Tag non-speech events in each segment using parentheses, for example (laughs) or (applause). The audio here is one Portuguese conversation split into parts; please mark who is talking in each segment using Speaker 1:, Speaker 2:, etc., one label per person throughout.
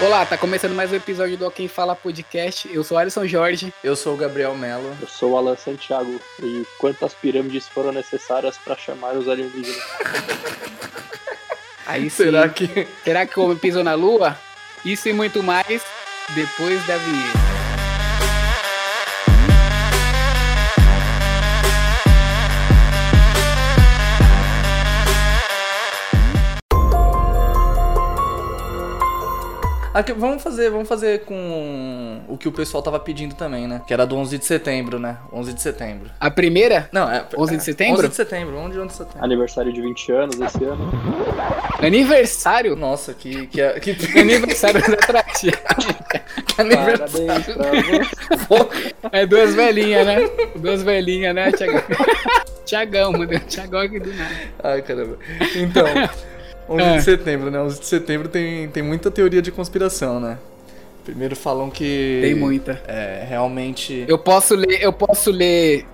Speaker 1: Olá, tá começando mais um episódio do Quem Fala Podcast. Eu sou Alisson Jorge.
Speaker 2: Eu sou o Gabriel Melo.
Speaker 3: Eu sou o Alan Santiago. E quantas pirâmides foram necessárias para chamar os alienígenas?
Speaker 1: Aí sim.
Speaker 2: (laughs) Será que.
Speaker 1: Será que o homem pisou na lua? Isso e muito mais depois da vinheta.
Speaker 2: Aqui, vamos fazer, vamos fazer com o que o pessoal tava pedindo também, né? Que era do 11 de setembro, né? 11 de setembro.
Speaker 1: A primeira?
Speaker 2: Não, é
Speaker 1: 11 de
Speaker 2: é,
Speaker 1: setembro?
Speaker 2: 11 de setembro, 11 de 11 de setembro.
Speaker 3: Aniversário de 20 anos esse ano.
Speaker 2: (laughs)
Speaker 1: Aniversário?
Speaker 2: Nossa, que que é-
Speaker 1: (laughs)
Speaker 2: que, tá que
Speaker 1: Aniversário da tragédia.
Speaker 2: aniversário.
Speaker 3: Parabéns pra você.
Speaker 1: É duas velhinhas, né? Duas velhinhas, né, (laughs) Tiagão? Tiagão, mano. Tiagão aqui do nada.
Speaker 2: Ai, caramba. Então, 11
Speaker 1: É.
Speaker 2: de setembro, né? 11 de setembro tem tem muita teoria de conspiração, né? Primeiro falam que
Speaker 1: Tem muita.
Speaker 2: É, realmente
Speaker 1: Eu posso ler, eu posso ler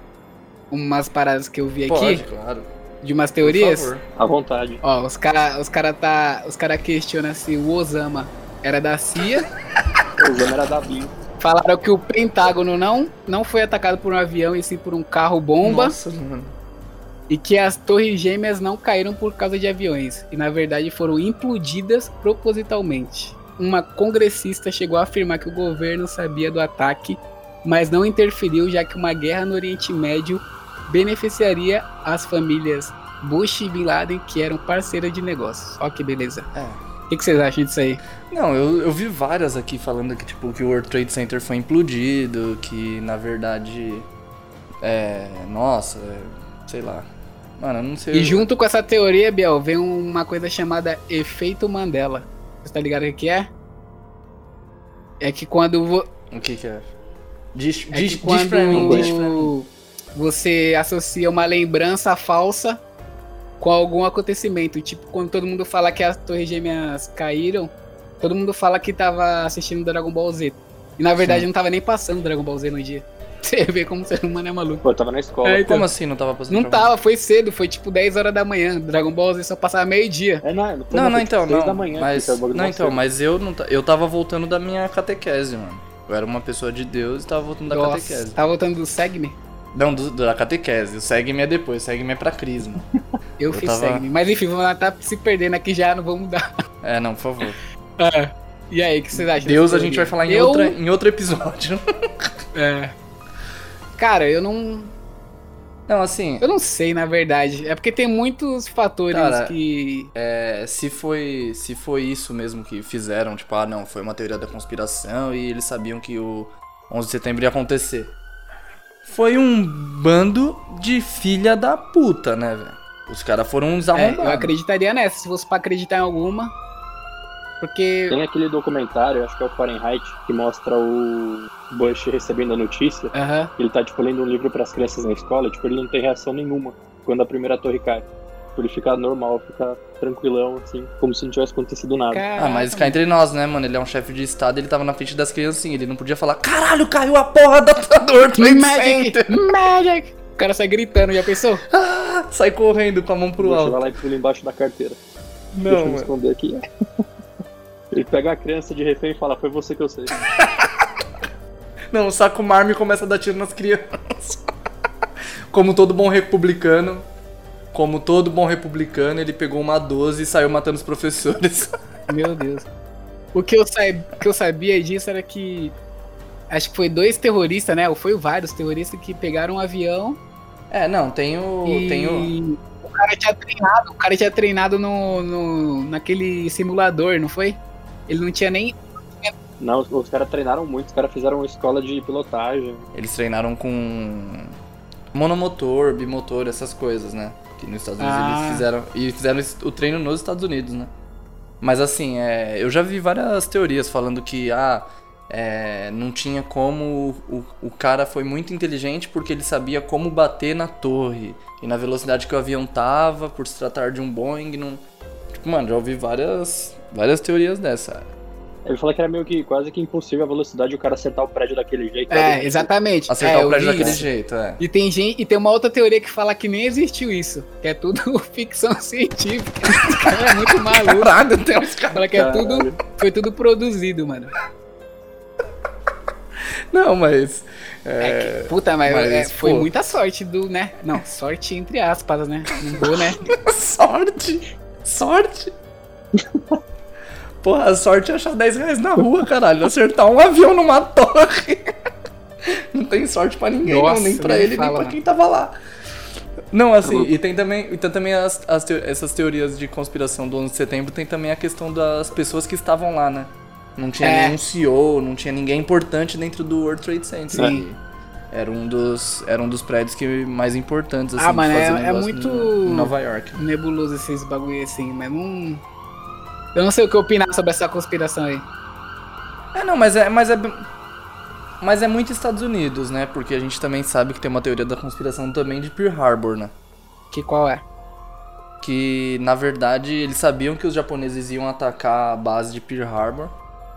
Speaker 1: umas paradas que eu vi
Speaker 2: Pode,
Speaker 1: aqui,
Speaker 2: claro.
Speaker 1: de umas
Speaker 2: Por
Speaker 1: teorias.
Speaker 2: favor.
Speaker 3: À vontade.
Speaker 1: Ó, os cara, os cara tá, os cara questiona se o Osama era da CIA.
Speaker 3: O Zama era da Bim.
Speaker 1: Falaram que o Pentágono não, não foi atacado por um avião e sim por um carro bomba
Speaker 2: Nossa, mano.
Speaker 1: e que as torres gêmeas não caíram por causa de aviões e na verdade foram implodidas propositalmente. Uma congressista chegou a afirmar que o governo sabia do ataque, mas não interferiu já que uma guerra no Oriente Médio beneficiaria as famílias Bush e Bin Laden que eram parceiras de negócios. Ó que beleza.
Speaker 2: É.
Speaker 1: O que, que vocês acham disso aí?
Speaker 2: Não, eu, eu vi várias aqui falando que, tipo, que o World Trade Center foi implodido, que na verdade. É. Nossa, é, sei lá. Mano, eu não sei.
Speaker 1: E junto com essa teoria, Biel, vem uma coisa chamada efeito Mandela. Você tá ligado o que que é? É que quando, vo-
Speaker 2: O que que é? Diz,
Speaker 1: é
Speaker 2: diz,
Speaker 1: que
Speaker 2: diz
Speaker 1: quando
Speaker 2: pra mim, diz pra mim.
Speaker 1: você associa uma lembrança falsa com algum acontecimento. Tipo, quando todo mundo fala que as torres gêmeas caíram, todo mundo fala que tava assistindo Dragon Ball Z. E na verdade
Speaker 2: Sim.
Speaker 1: não tava nem passando Dragon Ball Z no dia. (laughs) Você vê como o ser humano é maluco.
Speaker 3: Pô, eu tava na escola.
Speaker 1: É,
Speaker 3: É,
Speaker 1: então-
Speaker 2: Como assim não tava passando
Speaker 1: Não
Speaker 2: pra mim?
Speaker 1: tava, foi cedo, foi tipo 10 horas da manhã. Dragon Ball Z só passava meio-dia.
Speaker 3: É, não, não,
Speaker 2: Não, não, então,
Speaker 3: seis
Speaker 2: não.
Speaker 3: da manhã,
Speaker 2: mas,
Speaker 3: que é o bagulho
Speaker 2: não,
Speaker 3: mais
Speaker 2: então,
Speaker 3: cedo.
Speaker 2: mas eu não ta- Eu tava voltando da minha catequese, mano. Eu era uma pessoa de Deus e tava voltando da
Speaker 1: Nossa,
Speaker 2: catequese.
Speaker 1: tá voltando do Segme?
Speaker 2: Não, do- da catequese. O segue-me é depois, segue-me é pra Crisma.
Speaker 1: Eu,
Speaker 2: Eu
Speaker 1: fiz
Speaker 2: tava-
Speaker 1: Segme. Mas enfim, vamos lá, tá se perdendo aqui já, não vamos dar.
Speaker 2: É, não,
Speaker 1: (laughs)
Speaker 2: por favor.
Speaker 1: E aí, o que vocês acham?
Speaker 2: Deus
Speaker 1: dessa
Speaker 2: a gente vai
Speaker 1: teoria?
Speaker 2: falar em,
Speaker 1: eu...
Speaker 2: outra- em outro episódio.
Speaker 1: É. Cara, eu não.
Speaker 2: Não, assim,
Speaker 1: Eu não sei, na verdade. É porque tem muitos fatores
Speaker 2: Cara,
Speaker 1: que.
Speaker 2: é, se foi se foi isso mesmo que fizeram, tipo, ah, não, foi uma teoria da conspiração e eles sabiam que o 11 de setembro ia acontecer. Foi um bando de filha da puta, né, velho? Os caras foram uns
Speaker 1: É,
Speaker 2: arrombados.
Speaker 1: eu acreditaria nessa, se fosse pra acreditar em alguma. Porque.
Speaker 3: Tem aquele documentário, acho que é o Fahrenheit, que mostra o Bush recebendo a notícia.
Speaker 1: Aham.
Speaker 3: Ele tá, tipo, lendo um livro pras crianças na escola. Tipo, ele não tem reação nenhuma quando a primeira torre cai. Tipo, ele fica normal, fica tranquilão, assim, como se não tivesse acontecido nada.
Speaker 2: Ah, mas
Speaker 1: Caraca,
Speaker 2: cá entre nós, né, mano? Ele é um chefe de estado, ele tava na frente das criancinhas, ele não podia falar, caralho, caiu a porra da Tador
Speaker 1: Magic! (laughs) Magic! O cara sai gritando, já pensou?
Speaker 2: ah, (laughs) Sai correndo com a mão pro
Speaker 3: Bush vai
Speaker 2: alto.
Speaker 3: lá e pula embaixo da carteira. Deixa
Speaker 2: Não,
Speaker 3: eu me
Speaker 2: mano.
Speaker 3: esconder aqui. (laughs) Ele pega a criança de refém e fala, foi você que eu sei.
Speaker 2: Não, saca uma arma e começa a dar tiro nas crianças. como todo bom republicano, como todo bom republicano, ele pegou uma 12 e saiu matando os professores.
Speaker 1: Meu Deus. O que eu, saib- o que eu sabia disso era que. Acho que foi dois terroristas, né? Ou foi vários terroristas que pegaram um avião.
Speaker 2: É, não, tem o.
Speaker 1: e
Speaker 2: Tem um- o.
Speaker 1: o cara tinha treinado, o cara tinha treinado no, no, naquele simulador, não foi? Ele não tinha nem.
Speaker 3: Não, os, os caras treinaram muito, os caras fizeram uma escola de pilotagem.
Speaker 2: Eles treinaram com monomotor, bimotor, essas coisas, né? Que nos Estados Unidos
Speaker 1: Ah.
Speaker 2: eles fizeram. E fizeram esse- o treino nos Estados Unidos, né? Mas assim, é, eu já vi várias teorias falando que ah, é, não tinha como. O, o cara foi muito inteligente porque ele sabia como bater na torre. E na velocidade que o avião tava, por se tratar de um Boeing, não. Tipo, mano, já ouvi várias, várias teorias dessa.
Speaker 3: Ele falou que era meio que quase que impossível a velocidade o cara acertar o prédio daquele jeito.
Speaker 1: É, exatamente.
Speaker 2: Acertar
Speaker 1: é,
Speaker 2: o
Speaker 1: eu
Speaker 2: prédio
Speaker 1: vi
Speaker 2: daquele
Speaker 1: isso.
Speaker 2: jeito, é.
Speaker 1: E tem gente, e tem uma outra teoria que fala que nem existiu isso, que é tudo (laughs) ficção científica. O cara é muito maluco.
Speaker 2: Caralho, tem uns caras.
Speaker 1: Fala que é tudo, foi tudo produzido, mano.
Speaker 2: Não, mas. é,
Speaker 1: É que, puta, mas,
Speaker 2: mas,
Speaker 1: é, foi
Speaker 2: pô.
Speaker 1: muita sorte do, né? Não, sorte entre aspas, né? Não vou, né?
Speaker 2: (laughs) Sorte! Sorte! Porra, a sorte é achar 10 reais na rua, caralho. Acertar um avião numa torre. (laughs) Não tem sorte pra ninguém,
Speaker 1: Nossa,
Speaker 2: não, nem pra
Speaker 1: nem
Speaker 2: ele,
Speaker 1: fala, né? Tá
Speaker 2: nem pra
Speaker 1: não.
Speaker 2: quem tava lá. Não, assim,
Speaker 3: louco.
Speaker 2: e tem também, e tem também as, as teo- essas teorias de conspiração do 11 de setembro, tem também a questão das pessoas que estavam lá, né? Não tinha
Speaker 1: É.
Speaker 2: nenhum CEO, não tinha ninguém importante dentro do World Trade Center.
Speaker 1: Sim.
Speaker 2: Era um dos, era um dos prédios que mais importantes, assim,
Speaker 1: Ah,
Speaker 2: de
Speaker 1: mano,
Speaker 2: fazer
Speaker 1: é- é
Speaker 2: negócio
Speaker 1: muito-
Speaker 2: em Nova York. né?
Speaker 1: Nebuloso esses bagulho assim, mas não. Eu não sei o que opinar sobre essa conspiração aí.
Speaker 2: É, não, mas é, mas é. Mas é muito Estados Unidos, né? Porque a gente também sabe que tem uma teoria da conspiração também de Pearl Harbor, né?
Speaker 1: Que qual é?
Speaker 2: Que na verdade eles sabiam que os japoneses iam atacar a base de Pearl Harbor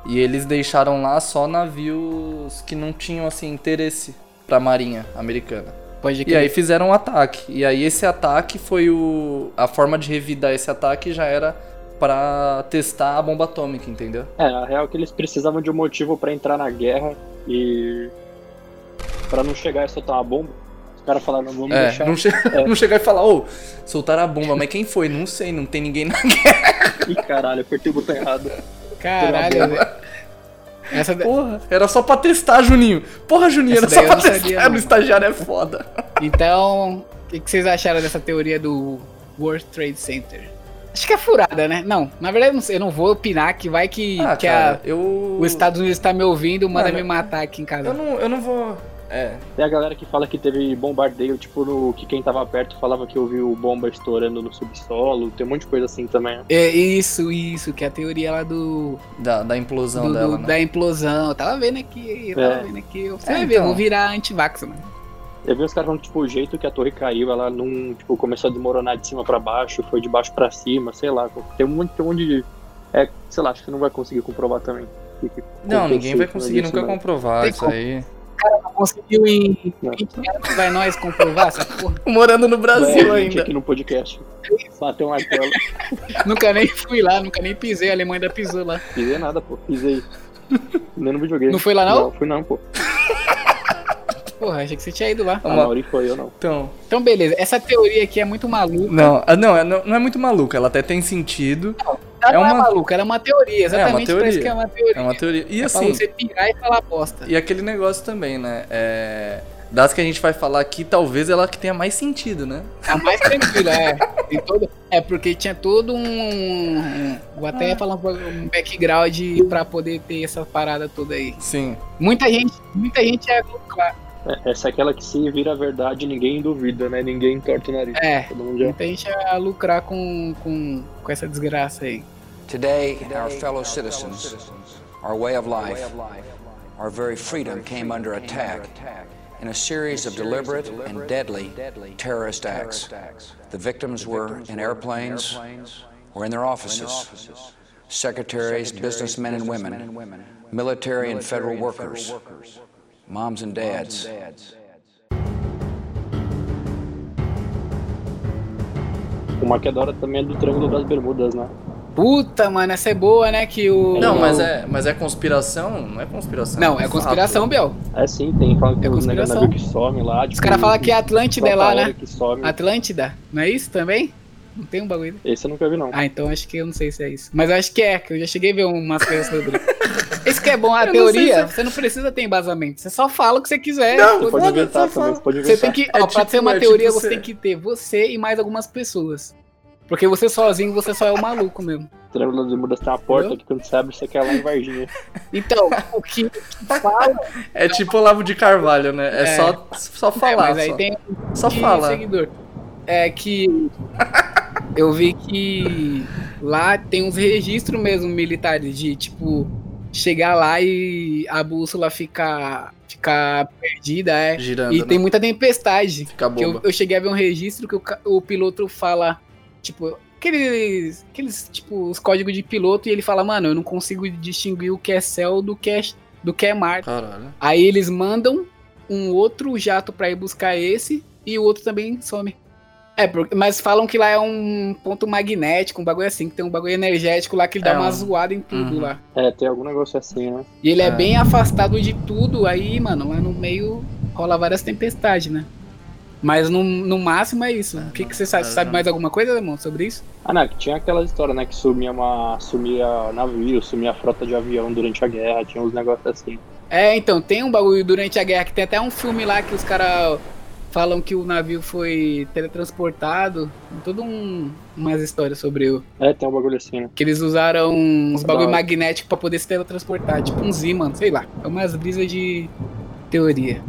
Speaker 2: e eles deixaram lá só navios que não tinham assim interesse pra marinha americana.
Speaker 1: Pode
Speaker 2: E
Speaker 1: crer.
Speaker 2: aí fizeram um ataque. E aí esse ataque foi o a forma de revidar esse ataque já era pra testar a bomba atômica, entendeu?
Speaker 3: É, a real é que eles precisavam de um motivo pra entrar na guerra e. pra não chegar e soltar uma bomba. Os caras falaram, não vamos
Speaker 2: É,
Speaker 3: deixar.
Speaker 2: não, che- (laughs) não chegar e falar, ô, soltaram a bomba, mas quem foi? Não sei, não tem ninguém na
Speaker 3: Ih, caralho, apertei o botão errado.
Speaker 1: Caralho, velho. Essa da-
Speaker 2: porra. Era só pra testar, Juninho. Porra, Juninho,
Speaker 1: Essa
Speaker 2: era só
Speaker 1: daí eu
Speaker 2: pra
Speaker 1: não
Speaker 2: testar.
Speaker 1: sabia, não,
Speaker 2: o
Speaker 1: mano.
Speaker 2: estagiário é foda.
Speaker 1: Então, o que, que vocês acharam dessa teoria do World Trade Center? Acho que é furada, né? Não, na verdade eu não sei, eu não vou opinar que vai que, que a-
Speaker 2: Ah, eu...
Speaker 1: os Estados Unidos tá me ouvindo, manda
Speaker 2: Mano,
Speaker 1: me matar aqui em
Speaker 2: Eu
Speaker 1: casa.
Speaker 2: não, eu não vou... É,
Speaker 3: Tem a galera que fala que teve bombardeio, tipo, no, que quem tava perto falava que ouviu bomba estourando no subsolo. Tem um monte de coisa assim também.
Speaker 1: É isso, isso, que é a teoria lá do,
Speaker 2: da, da implosão
Speaker 1: do- do-
Speaker 2: dela, né?
Speaker 1: da implosão. Eu tava vendo aqui, eu tava
Speaker 3: É.
Speaker 1: vendo aqui. Você
Speaker 2: É,
Speaker 1: vai ver, eu
Speaker 2: então.
Speaker 1: vou virar antivax, mano.
Speaker 3: Eu vi os caras falando, tipo, o jeito que a torre caiu, ela não, tipo, começou a desmoronar de cima pra baixo, foi de baixo pra cima, sei lá. Tem um monte, tem um monte de... É, sei lá, acho que não vai conseguir comprovar também. Que- que
Speaker 2: Não, ninguém
Speaker 3: aconteceu
Speaker 2: vai
Speaker 3: com
Speaker 2: conseguir
Speaker 3: isso,
Speaker 2: nunca
Speaker 3: né?
Speaker 2: comprovar
Speaker 1: Tem
Speaker 2: isso
Speaker 1: como.
Speaker 2: aí.
Speaker 1: Conseguiu em
Speaker 3: Não.
Speaker 1: 20 anos, vai nós comprovar essa porra.
Speaker 2: Morando no Brasil
Speaker 3: é, a gente
Speaker 2: ainda.
Speaker 3: aqui no podcast. Bateu um uma tela.
Speaker 1: nunca nem fui lá, nunca nem pisei, a Alemanha ainda pisou lá.
Speaker 3: Pisei nada, pô. Pisei. Nem no videogame.
Speaker 1: Não foi lá não?
Speaker 3: Não, fui não, pô.
Speaker 1: Porra, achei que você tinha ido lá.
Speaker 3: A
Speaker 2: Uma-
Speaker 3: Mauri foi eu, não.
Speaker 2: Então...
Speaker 1: Então, beleza, essa teoria aqui é muito maluca.
Speaker 2: Não, ah, não, é- não, não é muito maluca. Ela até tem sentido.
Speaker 1: Ela
Speaker 2: É
Speaker 1: não é
Speaker 2: uma-
Speaker 1: maluca, ela é uma teoria, exatamente
Speaker 2: teoria.
Speaker 1: por isso que é uma teoria.
Speaker 2: É uma teoria. E
Speaker 1: Pra
Speaker 2: assim...
Speaker 1: você pirar e falar bosta.
Speaker 2: E aquele negócio também, né? É, Das que a gente vai falar aqui, talvez ela que tenha mais sentido, né?
Speaker 1: A mais tranquila, é. Tem todo- É porque tinha todo um. Vou até falar um pouco- um background pra poder ter essa parada toda aí.
Speaker 2: Sim.
Speaker 1: Muita gente, muita gente é.
Speaker 3: É, Essa é aquela que se vira a verdade, ninguém duvida, né? Ninguém entorta o nariz.
Speaker 1: É.
Speaker 3: Todo mundo já...
Speaker 1: Muita gente a lucrar com, com, com essa desgraça aí.
Speaker 4: Today, our fellow citizens, our way of life, our very freedom came under attack in a series of deliberate and deadly terrorist acts. The victims were in airplanes or in their offices, secretaries, businessmen and women, military and federal workers, moms and dads.
Speaker 3: Uma que adora também é do Triângulo das Bermudas, né?
Speaker 1: Puta, mano, essa é boa, né? Que o.
Speaker 2: Não,
Speaker 3: Não,
Speaker 2: mas é, mas é conspiração? Não é conspiração.
Speaker 1: Não, é conspiração, Biel.
Speaker 3: É sim, tem fala que
Speaker 1: É
Speaker 3: os nega-
Speaker 1: conspiração.
Speaker 3: navio que some lá. tipo,
Speaker 1: Os caras falam que a Atlântida é lá, né?
Speaker 3: Que some.
Speaker 1: Atlântida, não é isso também? Não tem um bagulho.
Speaker 3: Esse eu nunca vi, não.
Speaker 1: Ah, então acho que eu não sei se é isso. Mas eu acho que é, que eu já cheguei a ver umas coisas sobre.
Speaker 2: (laughs)
Speaker 1: Isso que é bom, a
Speaker 2: Eu não sei
Speaker 1: teoria, você não precisa ter embasamento. Você só fala o que você quiser.
Speaker 2: Não,
Speaker 1: Foda-se.
Speaker 3: Você pode
Speaker 2: foda-se,
Speaker 3: inventar
Speaker 2: só
Speaker 3: também,
Speaker 2: fala.
Speaker 3: você pode
Speaker 1: Você
Speaker 3: inventar.
Speaker 1: tem que.
Speaker 2: É
Speaker 1: ó, pra
Speaker 2: tipo-
Speaker 1: ter uma
Speaker 2: é
Speaker 1: teoria,
Speaker 2: tipo
Speaker 1: você
Speaker 2: você.
Speaker 1: tem que ter você e mais algumas pessoas. Porque você sozinho, você só é o maluco mesmo.
Speaker 3: O Triângulo das Bermudas tem uma porta
Speaker 1: Entendeu?
Speaker 3: que quando você abre, você quer lá em Varginha.
Speaker 1: Então,
Speaker 2: (laughs)
Speaker 1: o que o que fala.
Speaker 2: É tipo Olavo de Carvalho, né? É,
Speaker 1: É.
Speaker 2: só, só
Speaker 1: é,
Speaker 2: falar.
Speaker 1: mas aí
Speaker 2: só
Speaker 1: tem
Speaker 2: só
Speaker 1: de
Speaker 2: fala.
Speaker 1: seguidor. É que eu vi que lá tem uns registros mesmo militares de tipo chegar lá e a bússola ficar ficar perdida, é.
Speaker 2: Girando.
Speaker 1: E
Speaker 2: né?
Speaker 1: tem muita tempestade.
Speaker 2: Fica
Speaker 1: Que eu,
Speaker 2: boba.
Speaker 1: eu cheguei a ver um registro que o, ca- o piloto fala, tipo, aqueles, aqueles, tipo, os códigos de piloto e ele fala, mano, eu não consigo distinguir o que é céu do que é, do que é mar.
Speaker 2: Caralho.
Speaker 1: Aí eles mandam um outro jato pra ir buscar esse e o outro também some. É, porque- mas falam que lá é um ponto magnético, um bagulho assim, que tem um bagulho energético lá que ele
Speaker 2: É
Speaker 1: dá uma
Speaker 2: um-
Speaker 1: zoada em tudo
Speaker 2: Uhum.
Speaker 1: lá.
Speaker 3: É, tem algum negócio assim, né?
Speaker 1: E ele é.
Speaker 2: É.
Speaker 1: bem afastado de tudo, aí, mano, lá no meio rola várias tempestades, né? Mas no, no máximo é isso.
Speaker 2: É,
Speaker 1: o que,
Speaker 2: não-
Speaker 1: que você sabe?
Speaker 2: é,
Speaker 1: Você sabe
Speaker 2: não-
Speaker 1: mais alguma coisa, Lemon, sobre isso?
Speaker 3: Ah, não, que tinha aquelas histórias, né? Que sumia uma. sumia navio, sumia frota de avião durante a guerra, tinha uns negócios assim.
Speaker 1: É, então, tem um bagulho durante a guerra que tem até um filme lá que os caras falam que o navio foi teletransportado. Tem Todo um. umas histórias sobre o.
Speaker 3: É, tem um bagulho assim, né?
Speaker 1: Que eles usaram uns
Speaker 3: Da
Speaker 1: bagulho
Speaker 3: hora.
Speaker 1: magnético pra poder se teletransportar, tipo uns ímãs, sei lá. É umas brisas de teoria.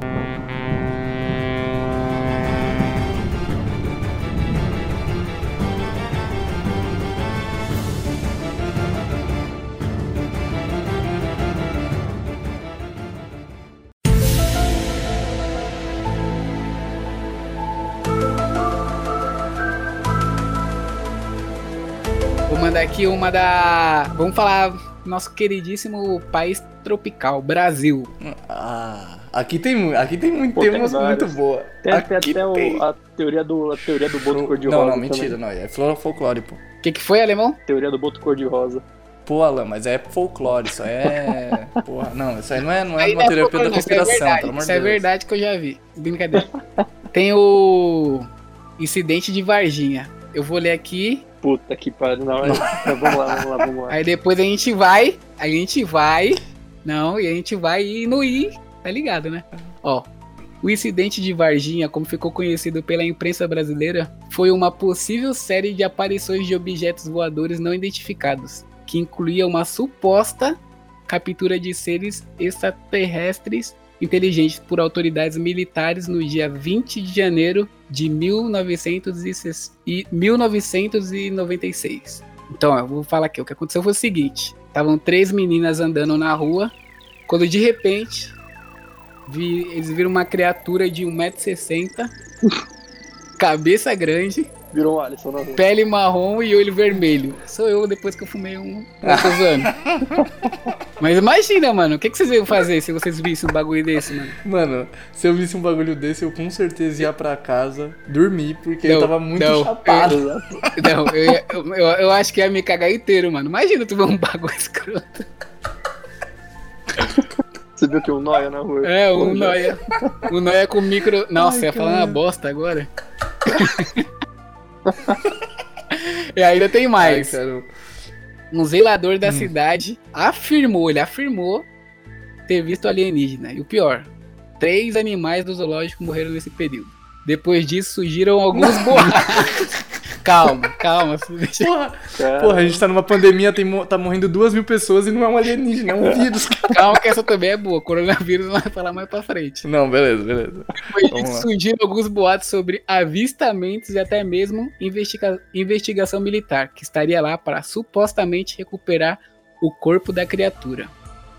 Speaker 1: Vou mandar aqui uma da. Vamos falar nosso queridíssimo país tropical, Brasil.
Speaker 2: Ah, aqui tem, mu- aqui tem, muito,
Speaker 3: Pô,
Speaker 2: tem
Speaker 3: tem
Speaker 2: umas muito
Speaker 3: vários.
Speaker 2: boa.
Speaker 3: Tem até,
Speaker 2: Aqui
Speaker 3: até o-
Speaker 2: tem.
Speaker 3: a teoria do. a teoria do boto cor-de-rosa.
Speaker 2: Não, não,
Speaker 3: também.
Speaker 2: mentira, não. É flora folclore, pô.
Speaker 1: O que, que foi, alemão?
Speaker 3: Teoria do boto cor-de-rosa.
Speaker 2: Pô, Alan, mas é folclore, isso aí é. Porra, não, isso aí não é, não é
Speaker 1: Aí
Speaker 2: uma
Speaker 1: não é
Speaker 2: terapia
Speaker 1: folclore,
Speaker 2: da
Speaker 1: não, isso
Speaker 2: conspiração,
Speaker 1: é verdade,
Speaker 2: pelo amor de
Speaker 1: Isso é
Speaker 2: Deus.
Speaker 1: verdade que eu já vi. Brincadeira. Tem o incidente de Varginha. Eu vou ler aqui,
Speaker 3: Puta que pariu, não. é- vamos lá, vamos lá, vamos lá.
Speaker 1: aí depois a gente vai, a gente vai, não, e a gente vai e no i, tá ligado, né? Ó, o incidente de Varginha, como ficou conhecido pela imprensa brasileira, foi uma possível série de aparições de objetos voadores não identificados, que incluía uma suposta captura de seres extraterrestres inteligentes por autoridades militares no dia 20 de janeiro de 1906 e 1996. Então, ó, eu vou falar aqui. O que aconteceu foi o seguinte: estavam três meninas andando na rua, quando de repente vi- eles viram uma criatura de 1,60m, (laughs) cabeça grande,
Speaker 3: Virou um Alisson na rua.
Speaker 1: pele marrom e olho vermelho. Sou eu depois que eu fumei um. Eu tô zoando. Mas imagina, mano, o que, que vocês iam fazer se vocês vissem um bagulho desse, mano?
Speaker 2: Mano, se eu visse um bagulho desse, eu com certeza ia pra casa dormir, porque eu
Speaker 1: Não,
Speaker 2: tava muito
Speaker 1: não.
Speaker 3: Tá
Speaker 2: chapado.
Speaker 3: Exato.
Speaker 1: Não, Então, eu, ia- eu, eu, eu acho que ia me cagar inteiro, mano. Imagina tu ver um bagulho (laughs) escroto.
Speaker 3: Você viu que um nóia na rua?
Speaker 1: É, o
Speaker 3: Porra,
Speaker 1: Noia. O Noia com micro. Nossa, ia falar uma
Speaker 2: caralho.
Speaker 1: bosta agora. (laughs) e ainda tem mais.
Speaker 2: Ai, cara, Hum.
Speaker 1: Um zelador da cidade afirmou, ele afirmou ter visto alienígena. E o pior, três animais do zoológico morreram nesse período. Depois disso, surgiram
Speaker 2: (laughs)
Speaker 1: alguns boatos. calma, calma. (laughs) deixa-
Speaker 2: Porra,
Speaker 3: cara.
Speaker 2: porra, a gente tá numa pandemia, tem, mo- tá morrendo duas mil pessoas e não é um alienígena, é um
Speaker 1: (laughs)
Speaker 2: vírus. cara.
Speaker 1: Calma que essa também é boa. Coronavírus não vai falar mais pra frente.
Speaker 2: Não, beleza, beleza.
Speaker 1: Depois
Speaker 2: Vamos
Speaker 1: disso,
Speaker 2: lá.
Speaker 1: surgiram alguns boatos sobre avistamentos e até mesmo investiga- investigação militar, que estaria lá para supostamente recuperar o corpo da criatura.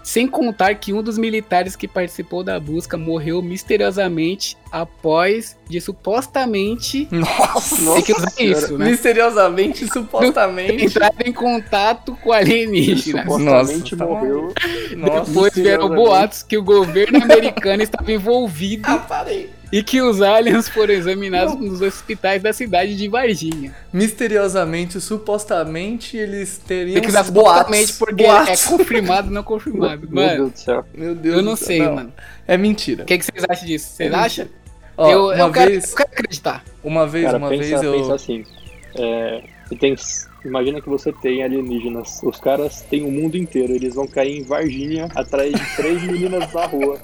Speaker 1: Sem contar que um dos militares que participou da busca morreu misteriosamente após de supostamente
Speaker 2: Nossa,
Speaker 1: Tem que usar isso, né?
Speaker 2: misteriosamente, supostamente.
Speaker 1: entrar em contato com alienígenas.
Speaker 3: Supostamente
Speaker 2: Nossa, tá
Speaker 3: morreu.
Speaker 2: Nossa,
Speaker 1: Depois vieram
Speaker 3: misteriosamente.
Speaker 1: boatos que o governo americano estava envolvido
Speaker 2: ah, parei.
Speaker 1: e que os aliens foram examinados nos hospitais da cidade de Varginha.
Speaker 2: Misteriosamente, supostamente, eles teriam
Speaker 1: Tem que usar boatos, porque
Speaker 2: boatos.
Speaker 1: é confirmado, não confirmado.
Speaker 3: Meu
Speaker 1: Mano,
Speaker 3: Deus do céu.
Speaker 2: Meu Deus
Speaker 1: eu não
Speaker 2: do céu,
Speaker 1: sei, mano.
Speaker 2: É mentira.
Speaker 1: O que, que vocês acham disso? Vocês acham?
Speaker 2: Ó,
Speaker 1: eu,
Speaker 2: uma
Speaker 1: eu, quero,
Speaker 2: vez,
Speaker 1: eu quero
Speaker 2: (laughs)
Speaker 1: acreditar.
Speaker 2: uma vez,
Speaker 3: Cara,
Speaker 2: uma
Speaker 3: pensa,
Speaker 2: vez eu...
Speaker 3: pensa assim. É, você tem, imagina que você tem alienígenas. Os caras têm o mundo inteiro. Eles vão cair em Varginha atrás de três meninas da rua.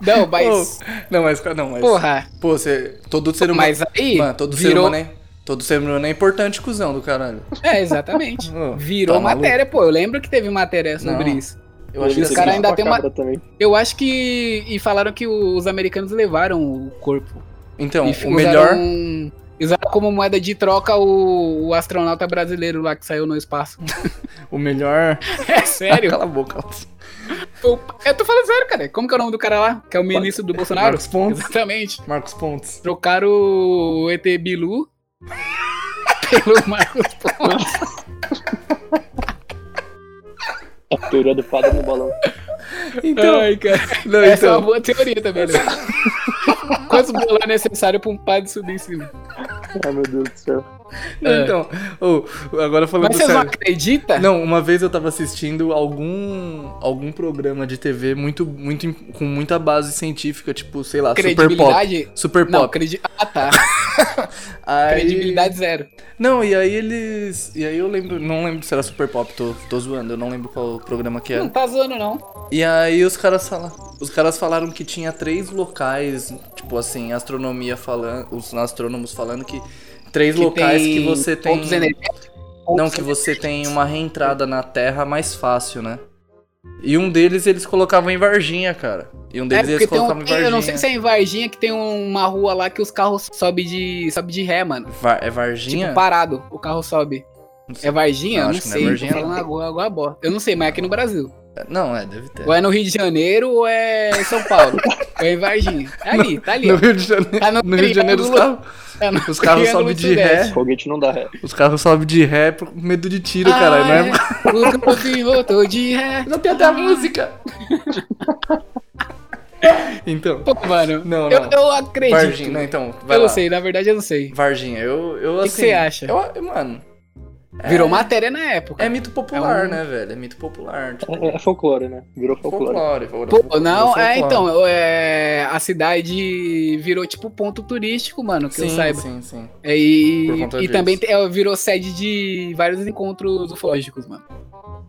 Speaker 1: Não, mas.
Speaker 2: Pô, não, mas, não, mas
Speaker 1: porra.
Speaker 2: pô, você, todo ser humano,
Speaker 1: Mas aí.
Speaker 2: mano, todo ser
Speaker 1: virou.
Speaker 2: humano, é, todo ser humano é importante, cuzão do caralho.
Speaker 1: É, exatamente.
Speaker 2: Ô,
Speaker 1: Virou
Speaker 2: (laughs) tá maluco?
Speaker 1: matéria, pô. Eu lembro que teve matéria sobre
Speaker 2: Não.
Speaker 1: isso.
Speaker 2: Eu acho
Speaker 1: Eles-
Speaker 2: que
Speaker 1: os caras
Speaker 2: assim,
Speaker 1: ainda
Speaker 3: tem
Speaker 1: têm uma-
Speaker 3: Também.
Speaker 1: Eu acho que. E falaram que os americanos levaram o corpo.
Speaker 2: então,
Speaker 1: e um-
Speaker 2: o melhor,
Speaker 1: usaram- Usaram como moeda de troca o, o astronauta brasileiro lá que saiu no espaço.
Speaker 2: o melhor,
Speaker 1: É sério?
Speaker 2: (laughs) Ah, cala a boca,
Speaker 1: Eu eu tô falando sério, cara. Como que é o nome do cara lá? Que é o ministro do Bolsonaro?
Speaker 2: Marcos Pontes,
Speaker 1: um- (laughs) Exatamente.
Speaker 2: Marcos Pontes,
Speaker 1: Trocaram o ET Bilu (laughs) pelo Marcos Pontes.
Speaker 3: A teoria do padre no balão.
Speaker 2: Então,
Speaker 1: Ai, cara.
Speaker 2: não,
Speaker 1: Essa é uma
Speaker 2: então.
Speaker 1: boa teoria também, né? Quantos bolos é necessário pra um padre subir em cima?
Speaker 3: Ai, meu Deus do céu.
Speaker 2: não,
Speaker 1: é.
Speaker 2: então. Ô, agora falando
Speaker 1: Mas vocês não
Speaker 2: sério.
Speaker 1: acreditam?
Speaker 2: Não, uma vez eu tava assistindo algum algum programa de TV muito muito im- com muita base científica, tipo, sei lá, Super Pop.
Speaker 1: credibilidade?
Speaker 2: Super
Speaker 1: Não,
Speaker 2: Pop.
Speaker 1: credi... Ah, tá.
Speaker 2: Aí-
Speaker 1: Credibilidade zero.
Speaker 2: Não, e aí eles. E aí eu lembro. Não lembro se era Super Pop, tô, tô zoando, eu não lembro qual programa que era.
Speaker 1: Não tá zoando, não.
Speaker 2: E aí os caras falaram. Os caras falaram que tinha três locais, tipo assim, astronomia falando. Os astrônomos falando que três locais que você tem.
Speaker 1: Pontos energéticos.
Speaker 2: Não,
Speaker 1: pontos-
Speaker 2: que você tem uma reentrada na Terra mais fácil, né? E um deles eles colocavam em Varginha, cara. E um
Speaker 1: É
Speaker 2: deles
Speaker 1: porque tem
Speaker 2: eles colocavam
Speaker 1: um,
Speaker 2: em Varginha.
Speaker 1: eu não sei se é em Varginha que tem uma rua lá que os carros sobem de, sobe de ré, mano.
Speaker 2: Va- é Varginha?
Speaker 1: Tipo, parado, o carro sobe.
Speaker 2: Não sei.
Speaker 1: É Varginha?
Speaker 2: Não,
Speaker 1: Eu não
Speaker 2: acho que não é
Speaker 1: sei. Não
Speaker 2: Varginha,
Speaker 1: tô falando
Speaker 2: não.
Speaker 1: agora, agora boa. Eu não sei, mas é aqui no Brasil.
Speaker 2: Não, é, deve ter.
Speaker 1: Ou é no Rio de Janeiro ou é em São
Speaker 2: (laughs)
Speaker 1: Paulo. ou é em Varginha. É ali, tá ali.
Speaker 2: No
Speaker 1: ó.
Speaker 2: Rio de Janeiro,
Speaker 1: Tá no
Speaker 2: no Rio de Janeiro os
Speaker 1: triângulo-
Speaker 2: carros,
Speaker 1: tá no
Speaker 2: os carros
Speaker 1: triângulo
Speaker 2: sobem de
Speaker 1: sudeste.
Speaker 2: ré.
Speaker 3: Foguete não dá É, ré.
Speaker 2: Os carros sobem de ré por medo de tiro,
Speaker 1: Ah,
Speaker 2: caralho, não é?
Speaker 1: é. O golfinho voltou de ré.
Speaker 2: Não tem até a música. (laughs) então.
Speaker 1: Pô, mano.
Speaker 2: Não,
Speaker 1: eu,
Speaker 2: não.
Speaker 1: eu acredito.
Speaker 2: Varginha, não, então, vai
Speaker 1: eu
Speaker 2: lá.
Speaker 1: não sei, na verdade eu não sei.
Speaker 2: Varginha, eu, eu
Speaker 1: que
Speaker 2: assim...
Speaker 1: você acha?
Speaker 2: eu- eu- mano,
Speaker 1: Virou matéria na época.
Speaker 2: é mito popular,
Speaker 1: É um-
Speaker 2: né, velho? É mito popular. Tipo,
Speaker 3: É, é folclore, né? Virou folclore.
Speaker 2: folclore.
Speaker 1: Pô, não,
Speaker 2: folclore.
Speaker 1: é então, eu, é, a cidade virou tipo ponto turístico, mano, que
Speaker 2: Sim,
Speaker 1: eu saiba.
Speaker 2: sim, sim.
Speaker 1: É, E,
Speaker 2: Por conta
Speaker 1: e
Speaker 2: disso.
Speaker 1: também te- é, virou sede de vários encontros ufológicos, mano.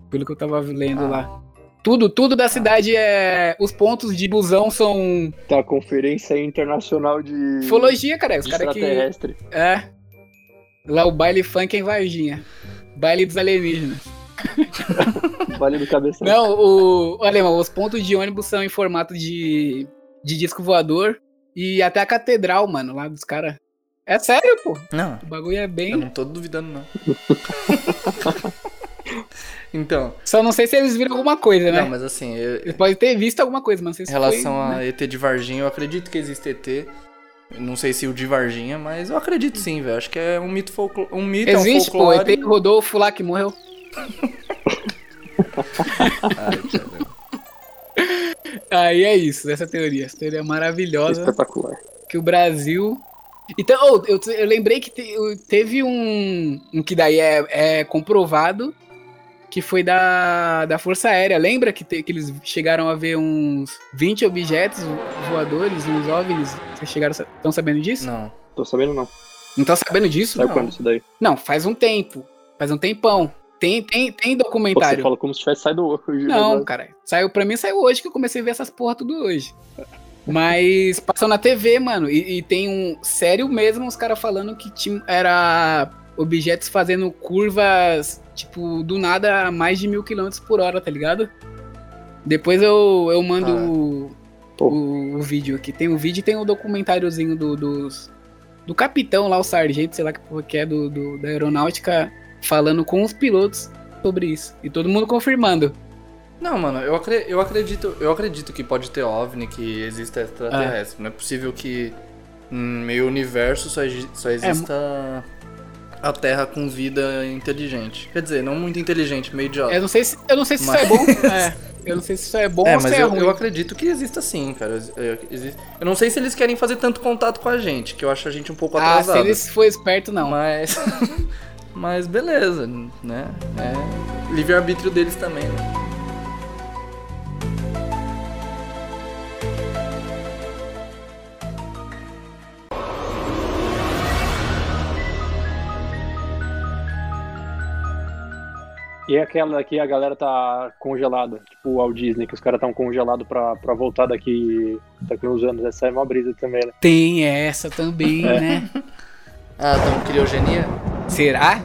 Speaker 1: Pelo que eu tava lendo
Speaker 2: Ah.
Speaker 1: lá. Tudo, tudo da cidade é. Os pontos de busão são.
Speaker 3: Tá a conferência internacional de, de
Speaker 1: Ufologia, cara. Os caras que.
Speaker 3: extraterrestre.
Speaker 1: É. Lá o baile funk é em Varginha. Baile dos alienígenas.
Speaker 3: Vale do cabeção.
Speaker 1: Não, o. Olha, irmão, os pontos de ônibus são em formato de, de disco voador. E até a catedral, mano, lá dos caras. É sério, pô.
Speaker 2: Não,
Speaker 1: O bagulho é
Speaker 2: eu
Speaker 1: bem.
Speaker 2: não tô duvidando,
Speaker 1: (laughs)
Speaker 2: não. então,
Speaker 1: Só não sei se eles viram alguma coisa, né?
Speaker 2: não, mas assim, eu-
Speaker 1: Eles podem ter visto alguma coisa, mas não sei né?
Speaker 2: em
Speaker 1: se
Speaker 2: relação
Speaker 1: foi,
Speaker 2: a ET de Varginha, eu acredito que existe ET. Não sei se o de Varginha, mas eu acredito sim, velho. Acho que é um mito folclórico. Um mito, é um
Speaker 1: Existe, pô.
Speaker 2: folclore.
Speaker 1: ET Rodolfo lá que morreu.
Speaker 2: Ai, cara.
Speaker 1: (laughs) Aí é isso, essa teoria. Essa teoria é maravilhosa.
Speaker 3: Espetacular.
Speaker 1: que o Brasil. Então, oh, eu, eu lembrei que te- eu- teve um, um que daí é, é comprovado, que foi da, da Força Aérea. Lembra que, te- que eles chegaram a ver uns 20 objetos voadores, uns OVNIs? Vocês chegaram, estão sabendo disso? Não,
Speaker 2: Não.
Speaker 3: Tô sabendo não.
Speaker 1: estão sabendo disso?
Speaker 3: Sabe
Speaker 1: Não.
Speaker 3: quando isso daí?
Speaker 1: Não, faz um tempo. Faz um tempão. Tem, tem, tem
Speaker 3: Pô, Você
Speaker 1: documentário.
Speaker 3: fala como se tivesse saído o né? oco.
Speaker 1: Não, cara. Saiu pra mim, saiu hoje que eu comecei a ver essas porra tudo hoje. Mas passou na TV, mano. E, e tem um. Sério mesmo, os caras falando que tinha, era objetos fazendo curvas, tipo, do nada a mais de mil quilômetros por hora, tá ligado? Depois eu, eu mando o-
Speaker 3: Pô.
Speaker 1: o, o vídeo aqui. Tem o vídeo e tem o documentáriozinho do, dos. Do capitão lá, o sargento, sei lá que porra que é, do, do- da aeronáutica, falando com os pilotos sobre isso. E todo mundo confirmando.
Speaker 2: Não, mano, eu, acre- eu acredito, eu acredito que pode ter OVNI, que exista extraterrestre. Não é possível que no meio universo só, exi- só
Speaker 1: É
Speaker 2: exista a Terra com vida inteligente. Quer dizer, não muito inteligente, meio idiota.
Speaker 1: Eu não sei se, eu não sei se
Speaker 2: Mas-
Speaker 1: isso é
Speaker 2: (laughs)
Speaker 1: bom. É, eu não sei se isso é bom
Speaker 2: É,
Speaker 1: ou se
Speaker 2: mas
Speaker 1: é
Speaker 2: eu,
Speaker 1: ruim.
Speaker 2: eu acredito que exista sim, cara. Eu, eu- exi- eu não sei se eles querem fazer tanto contato com a gente, que eu acho a gente um pouco
Speaker 1: ah,
Speaker 2: atrasado.
Speaker 1: se eles for esperto, não.
Speaker 2: Mas. (laughs) mas beleza, né? É livre-arbítrio deles também, né?
Speaker 3: E é aquela que a galera tá congelada, tipo o Walt Disney, que os caras tão congelados pra, pra voltar daqui, daqui uns anos. Essa é uma brisa também, né?
Speaker 1: Tem essa também,
Speaker 2: É.
Speaker 1: né?
Speaker 2: Ah, então criogenia?
Speaker 1: Será?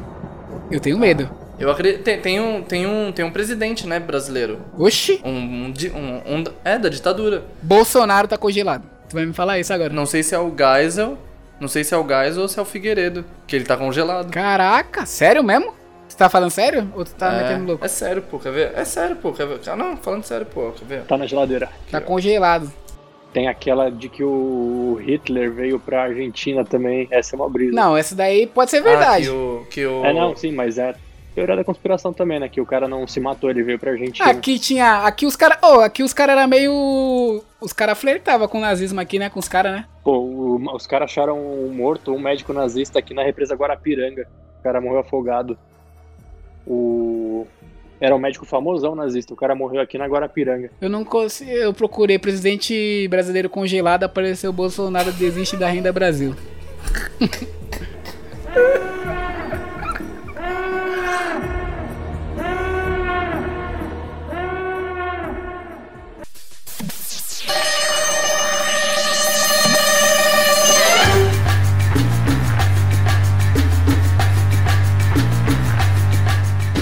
Speaker 1: Eu tenho medo.
Speaker 2: Eu acredito. Tem, tem um, tem, um, tem um presidente, né, brasileiro.
Speaker 1: Oxi,
Speaker 2: Um, um di- um- um da- É, da ditadura.
Speaker 1: Bolsonaro tá congelado. Tu vai me falar isso agora?
Speaker 2: Não sei se é o Geisel. Não sei se é o Geisel ou se é o Figueiredo. Que ele tá congelado.
Speaker 1: Caraca, sério mesmo? Você tá falando sério? Ou tu tá
Speaker 2: é,
Speaker 1: metendo louco?
Speaker 2: é sério, pô, quer ver? É sério, pô, quer ver? Ah, não, falando sério, pô, quer ver?
Speaker 3: Tá na geladeira.
Speaker 1: Tá congelado.
Speaker 3: Tem aquela de que o Hitler veio pra Argentina também. Essa é uma brisa.
Speaker 1: Não, essa daí pode ser
Speaker 2: Ah, que
Speaker 1: É verdade.
Speaker 2: o, que o...
Speaker 3: É, não, sim, mas é teoria da conspiração também, né? Que o cara não se matou, ele veio pra Argentina.
Speaker 1: Aqui tinha. Aqui os caras. Ô, aqui os caras era meio. Os caras flertavam com o nazismo aqui, né? Com os caras, né?
Speaker 3: Pô, o- os caras acharam um morto, um médico nazista aqui na represa Guarapiranga. O cara morreu afogado. O... Era um médico famosão nazista, o cara morreu aqui na Guarapiranga.
Speaker 1: Eu não consigo. Eu procurei presidente brasileiro congelado, apareceu Bolsonaro desiste da renda Brasil.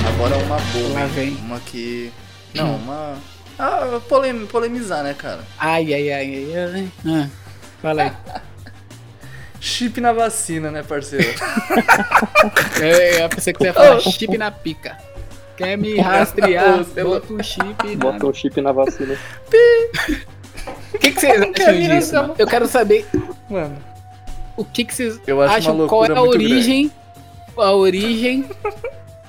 Speaker 2: Agora é uma boa.
Speaker 1: Lá
Speaker 2: hein?
Speaker 1: vem.
Speaker 2: Uma que. Não, uma. Ah, polem... polemizar, né, cara?
Speaker 1: Ai, ai, ai, ai, ai. Ah, fala aí.
Speaker 2: Chip na vacina, né, parceiro?
Speaker 1: (laughs) Eu, eu pensei é que você ia
Speaker 2: (laughs)
Speaker 1: falar chip na pica. Quer me rastrear?
Speaker 2: é
Speaker 1: Bota um
Speaker 2: (laughs)
Speaker 1: chip na
Speaker 3: Botou o chip na vacina.
Speaker 1: O que, que
Speaker 2: um
Speaker 1: vocês acham disso? mano? Eu quero saber
Speaker 2: Mano.
Speaker 1: o que, que vocês
Speaker 2: Eu acho uma
Speaker 1: acham, qual
Speaker 2: loucura
Speaker 1: é a
Speaker 2: muito
Speaker 1: origem, a origem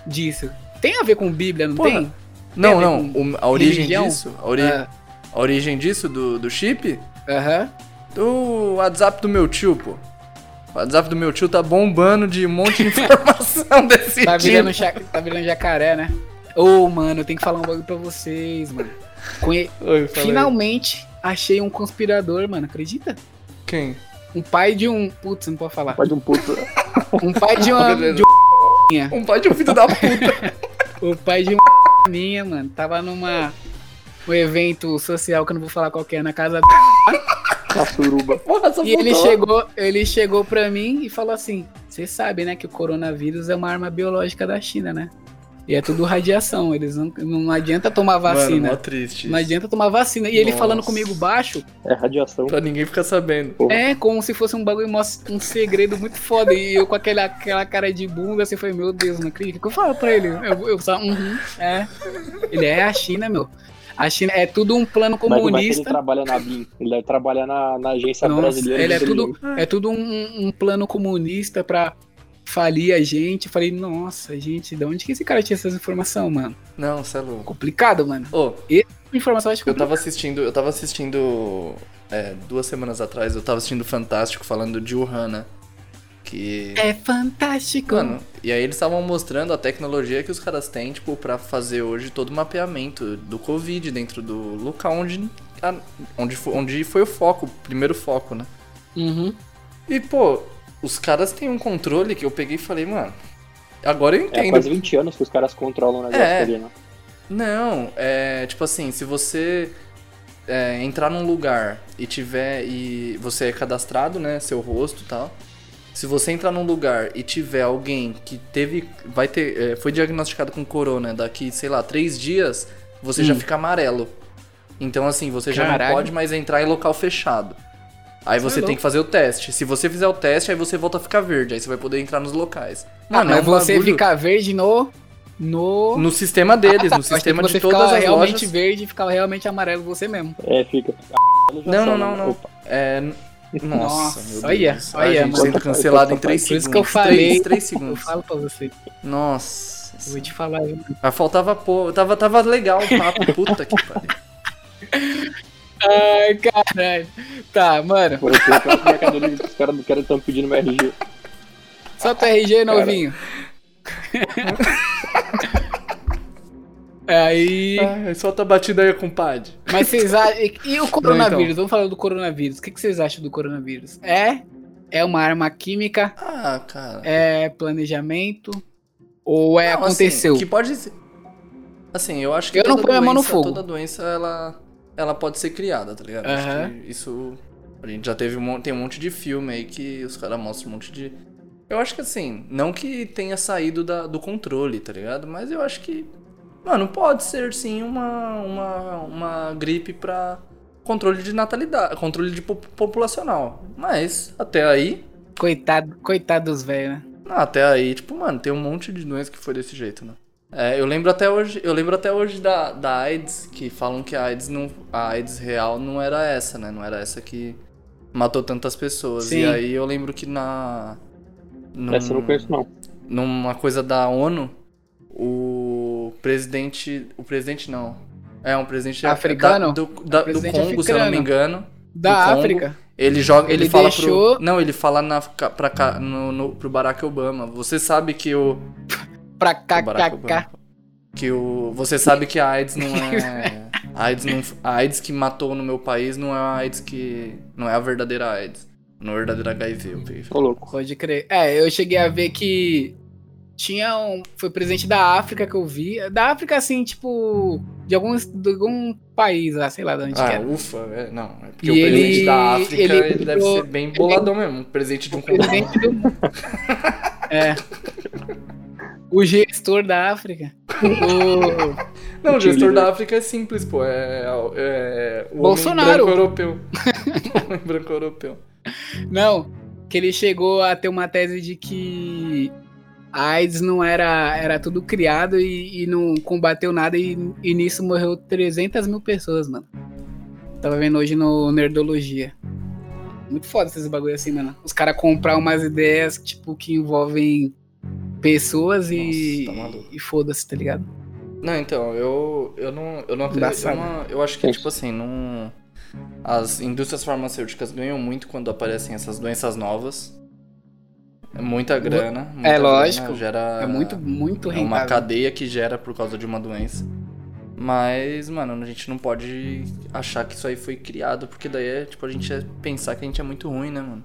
Speaker 1: disso. Tem a ver com Bíblia, não
Speaker 2: Porra,
Speaker 1: tem?
Speaker 2: Não,
Speaker 1: Tem a
Speaker 2: não.
Speaker 1: ver com
Speaker 2: o- a origem
Speaker 1: religião?
Speaker 2: disso. A, ori-
Speaker 1: Ah,
Speaker 2: a origem disso, do, do chip?
Speaker 1: Aham.
Speaker 2: Do WhatsApp do meu tio, pô. O WhatsApp do meu tio tá bombando de um monte de informação (laughs) desse
Speaker 1: Tá virando,
Speaker 2: tipo.
Speaker 1: ja- tá virando jacaré, né? Ô, mano, eu tenho que falar um bagulho pra vocês, mano. Conhe-
Speaker 2: Oi, fala aí.
Speaker 1: Finalmente achei um conspirador, mano, acredita?
Speaker 2: Quem?
Speaker 1: Um pai de um. Putz, não pode falar.
Speaker 3: Faz um puto.
Speaker 1: Um pai de uma.
Speaker 2: (laughs) Beleza.
Speaker 1: de um-
Speaker 2: Um pai de um filho da puta.
Speaker 1: O pai de uma minha, mano, tava numa. Um evento social que eu não vou falar qual que é, na casa
Speaker 3: Na suruba.
Speaker 2: Porra, essa tá
Speaker 1: E ele
Speaker 2: puta.
Speaker 1: chegou, ele chegou pra mim e falou assim: Você sabe, né, que o coronavírus é uma arma biológica da China, né? E é tudo radiação, eles não, não adianta tomar
Speaker 2: Mano,
Speaker 1: vacina.
Speaker 2: mó triste.
Speaker 1: não adianta tomar vacina. E ele
Speaker 2: Nossa.
Speaker 1: falando comigo baixo,
Speaker 3: É radiação.
Speaker 2: Pra ninguém ficar sabendo.
Speaker 1: é como se fosse um bagulho, mó- um segredo muito foda. E eu com aquela, aquela cara de bunda, assim, foi: Meu Deus, não acredito. O que eu falo pra ele? Eu, eu só, uhum, é. Ele é a China, meu. A China é tudo um plano
Speaker 3: Mas como é que ele
Speaker 1: comunista.
Speaker 3: trabalha na BIM? Ele deve trabalhar na, na agência
Speaker 1: Nossa,
Speaker 3: brasileira. de
Speaker 1: ele é tudo,
Speaker 3: inteligência.
Speaker 1: é tudo um, um plano comunista pra falir a gente. Eu Falei, nossa, gente, de onde que esse cara tinha essas informações, mano?
Speaker 2: Não, você é louco.
Speaker 1: Complicado, mano.
Speaker 2: Ô,
Speaker 1: Informação acho que
Speaker 2: Eu tava assistindo, eu tava assistindo é, duas semanas atrás, eu tava assistindo Fantástico falando de Wuhan, né? Que.
Speaker 1: É fantástico.
Speaker 2: Mano, e aí eles estavam mostrando a tecnologia que os caras têm, tipo, pra fazer hoje todo o mapeamento do Covid dentro do local onde, a- onde, fo- onde foi o foco, o primeiro foco, né?
Speaker 1: Uhum.
Speaker 2: E, pô, os caras têm um controle que eu peguei e falei, mano, agora eu
Speaker 3: É
Speaker 2: entendo
Speaker 3: quase 20 anos que os caras controlam o negócio
Speaker 2: É.
Speaker 3: ali, né?
Speaker 2: Não, é tipo assim, se você é, entrar num lugar e tiver e você é cadastrado, né, seu rosto, e tal. Se você entrar num lugar e tiver alguém que teve, vai ter, é, foi diagnosticado com corona daqui, sei lá, três dias, você
Speaker 1: Hum.
Speaker 2: já fica amarelo. Então assim, você já não
Speaker 1: Caralho.
Speaker 2: pode mais entrar em local fechado. Aí
Speaker 1: Isso é
Speaker 2: você tem
Speaker 1: louco.
Speaker 2: que fazer o teste. Se você fizer o teste, aí você volta a ficar verde. Aí você vai poder entrar nos locais.
Speaker 1: Ah,
Speaker 2: é
Speaker 1: mas
Speaker 2: um
Speaker 1: você
Speaker 2: bagulho
Speaker 1: ficar verde no. No.
Speaker 2: no sistema deles,
Speaker 1: Ah,
Speaker 2: no
Speaker 1: tá. Eu achei
Speaker 2: sistema
Speaker 1: que
Speaker 2: de
Speaker 1: você
Speaker 2: todas
Speaker 1: ficava
Speaker 2: as
Speaker 1: realmente
Speaker 2: lojas.
Speaker 1: verde e ficava realmente amarelo você mesmo.
Speaker 3: É, fica.
Speaker 2: Não, não, não, não.
Speaker 3: Opa,
Speaker 2: É. n- Nossa,
Speaker 1: Nossa,
Speaker 2: meu Deus.
Speaker 1: olha,
Speaker 2: Ai,
Speaker 1: olha,
Speaker 2: gente,
Speaker 1: mano.
Speaker 2: sendo cancelado em 3
Speaker 1: Por
Speaker 2: segundos.
Speaker 1: isso que eu falei.
Speaker 2: 3,
Speaker 1: Eu
Speaker 2: segundos.
Speaker 1: falo pra você. Eu
Speaker 2: Nossa.
Speaker 1: vou te falar. viu?
Speaker 2: Mas faltava pouco. Tava, tava legal o papo.
Speaker 1: (laughs)
Speaker 2: Puta que pariu.
Speaker 1: Ai, caralho. Tá, mano.
Speaker 3: Por exemplo, eu acho que o Mercado Livre, os caras do cara estão pedindo meu RG.
Speaker 1: Solta o RG, novinho. Aí.
Speaker 2: Ai, solta a batida aí, compadre.
Speaker 1: Mas vocês acham. E o coronavírus?
Speaker 2: então.
Speaker 1: Vamos falar do coronavírus. O que que vocês acham do coronavírus? É? É uma arma química?
Speaker 2: Ah, cara.
Speaker 1: É planejamento? Ou é
Speaker 2: Não, assim,
Speaker 1: aconteceu?
Speaker 2: que pode ser. Assim, eu acho que
Speaker 1: Eu não
Speaker 2: toda
Speaker 1: ponho a mão no
Speaker 2: doença-
Speaker 1: fogo.
Speaker 2: toda doença ela, ela pode ser criada, tá ligado? Acho
Speaker 1: Aham.
Speaker 2: que isso. A gente já teve um, mon- tem um monte de filme aí que os caras mostram um monte de. Eu acho que assim, não que tenha saído da- do controle, tá ligado? Mas eu acho que. Mano, pode ser sim uma, uma, uma gripe pra controle de natalidade, controle de po- populacional. Mas, até aí,
Speaker 1: Coitado, coitado dos velhos, né?
Speaker 2: ah, Até aí, tipo, mano, tem um monte de doença que foi desse jeito, né? É, eu lembro até hoje, eu lembro até hoje da, da AIDS, que falam que a AIDS, não, a AIDS real não era essa, né? Não era essa que matou tantas pessoas.
Speaker 1: Sim.
Speaker 2: E aí eu lembro que na. num-
Speaker 3: Essa eu não conheço, não.
Speaker 2: numa coisa da ONU, o presidente. O presidente não. É, um presidente
Speaker 1: Africano?
Speaker 2: da- do, da- do
Speaker 1: Presidente
Speaker 2: Congo, se eu não me
Speaker 1: africano.
Speaker 2: engano.
Speaker 1: Da
Speaker 2: Congo.
Speaker 1: África.
Speaker 2: Ele joga. Ele,
Speaker 1: Ele
Speaker 2: fala
Speaker 1: deixou-
Speaker 2: pro. Não, ele fala na, ca- pra, cá- no, no- pro Barack Obama. Você sabe que o.
Speaker 1: Pra
Speaker 2: pro Barack
Speaker 1: kkk.
Speaker 2: Obama. Que o. Você sabe que a AIDS não é. A AIDS, não, a AIDS que matou no meu país não é a AIDS que. Não é a verdadeira AIDS. Não é a verdadeira HIV. eu vi.
Speaker 3: Ô, louco.
Speaker 1: Pode crer. É, eu cheguei a ver que tinha um. Foi presidente da África que eu vi. Da África, assim, tipo. De, alguns, de algum país lá, sei lá de onde que
Speaker 2: Ah,
Speaker 1: era.
Speaker 2: ufa, é, não. É porque
Speaker 1: E
Speaker 2: o presidente
Speaker 1: ele-
Speaker 2: da África
Speaker 1: ele
Speaker 2: ele deve
Speaker 1: virou-
Speaker 2: ser bem boladão mesmo. Presidente de um condomínio.
Speaker 1: Presidente do
Speaker 2: (laughs)
Speaker 1: mundo. É. O gestor da África. O-
Speaker 2: Não, o
Speaker 3: Team
Speaker 2: gestor
Speaker 3: leader.
Speaker 2: da África é simples, pô. É, é o
Speaker 1: Bolsonaro.
Speaker 2: homem branco europeu. (laughs) o homem branco europeu.
Speaker 1: Não, que ele chegou a ter uma tese de que a AIDS não era. Era tudo criado e, e não combateu nada, e, e nisso morreu 300 mil pessoas, mano. Tava vendo hoje no Nerdologia. Muito foda esses bagulho assim, mano. Os caras comprar umas ideias, tipo, que envolvem pessoas e.
Speaker 2: Nossa, tá maluco.
Speaker 1: e foda-se, tá ligado?
Speaker 2: Não, então, eu, eu não. Eu não acredito. Eu,
Speaker 1: Embaçado. É
Speaker 2: não- eu acho que, tipo assim, não. As indústrias farmacêuticas ganham muito quando aparecem essas doenças novas. É muita grana. muita grana,
Speaker 1: lógico.
Speaker 2: gera...
Speaker 1: É muito, muito
Speaker 2: É uma
Speaker 1: rentável.
Speaker 2: cadeia que gera por causa de uma doença. Mas, mano, a gente não pode achar que isso aí foi criado, porque daí é, tipo, a gente é pensar que a gente é muito ruim, né, mano?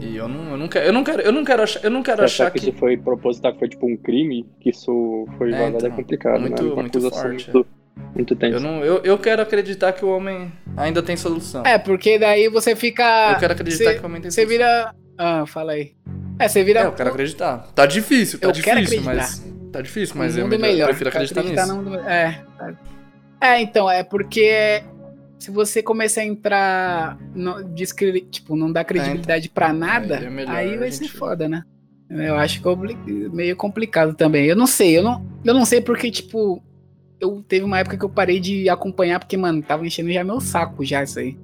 Speaker 2: E eu não, eu não quero, eu não quero, eu não quero achar, eu não quero
Speaker 3: Pra achar
Speaker 2: achar
Speaker 3: que
Speaker 2: que
Speaker 3: isso foi proposital, que foi tipo um crime, que isso
Speaker 2: É,
Speaker 3: foi vazado é
Speaker 2: então,
Speaker 3: complicado,
Speaker 2: muito-
Speaker 3: né? Uma
Speaker 2: muito
Speaker 3: acusação
Speaker 2: forte, é.
Speaker 3: muito, muito tensa.
Speaker 2: eu não, eu, eu quero acreditar que o homem ainda tem solução.
Speaker 1: É, porque daí você fica.
Speaker 2: eu quero acreditar
Speaker 1: Ah, cê-
Speaker 2: que o homem tem
Speaker 1: Você
Speaker 2: solução.
Speaker 1: vira. Ah, fala aí. É, você vira.
Speaker 2: É, eu quero acreditar. Tá difícil, tá
Speaker 1: Eu quero
Speaker 2: difícil, mas tá difícil, mas
Speaker 1: um
Speaker 2: eu,
Speaker 1: mundo
Speaker 2: melhor-
Speaker 1: melhor.
Speaker 2: prefiro acreditar, nisso.
Speaker 1: no mundo- É. É, então, é porque se você começar a entrar. No, descre- tipo, não dar credibilidade pra nada,
Speaker 2: É, Aí é
Speaker 1: aí,
Speaker 2: melhor a
Speaker 1: vai
Speaker 2: gente-
Speaker 1: ser foda, né? Eu acho que é obli- meio complicado também. Eu não sei, eu não, eu não sei porque, tipo, eu teve uma época que eu parei de acompanhar, porque, mano, tava enchendo já meu saco já isso aí.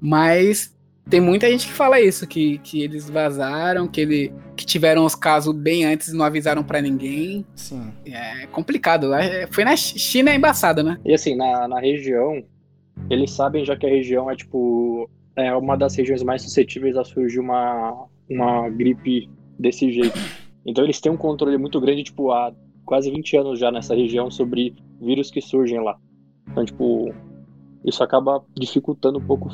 Speaker 1: Mas tem muita gente que fala isso, que, que eles vazaram, que, ele, que tiveram os casos bem antes e não avisaram pra ninguém.
Speaker 2: Sim.
Speaker 1: É complicado. É, Foi na Chi- China é embaçado, né?
Speaker 3: E assim, na, na região, eles sabem já que a região é tipo. É uma das regiões mais suscetíveis a surgir uma, uma gripe desse jeito. Então eles têm um controle muito grande, tipo, há quase 20 anos já nessa região sobre vírus que surgem lá. Então, tipo, isso acaba dificultando um pouco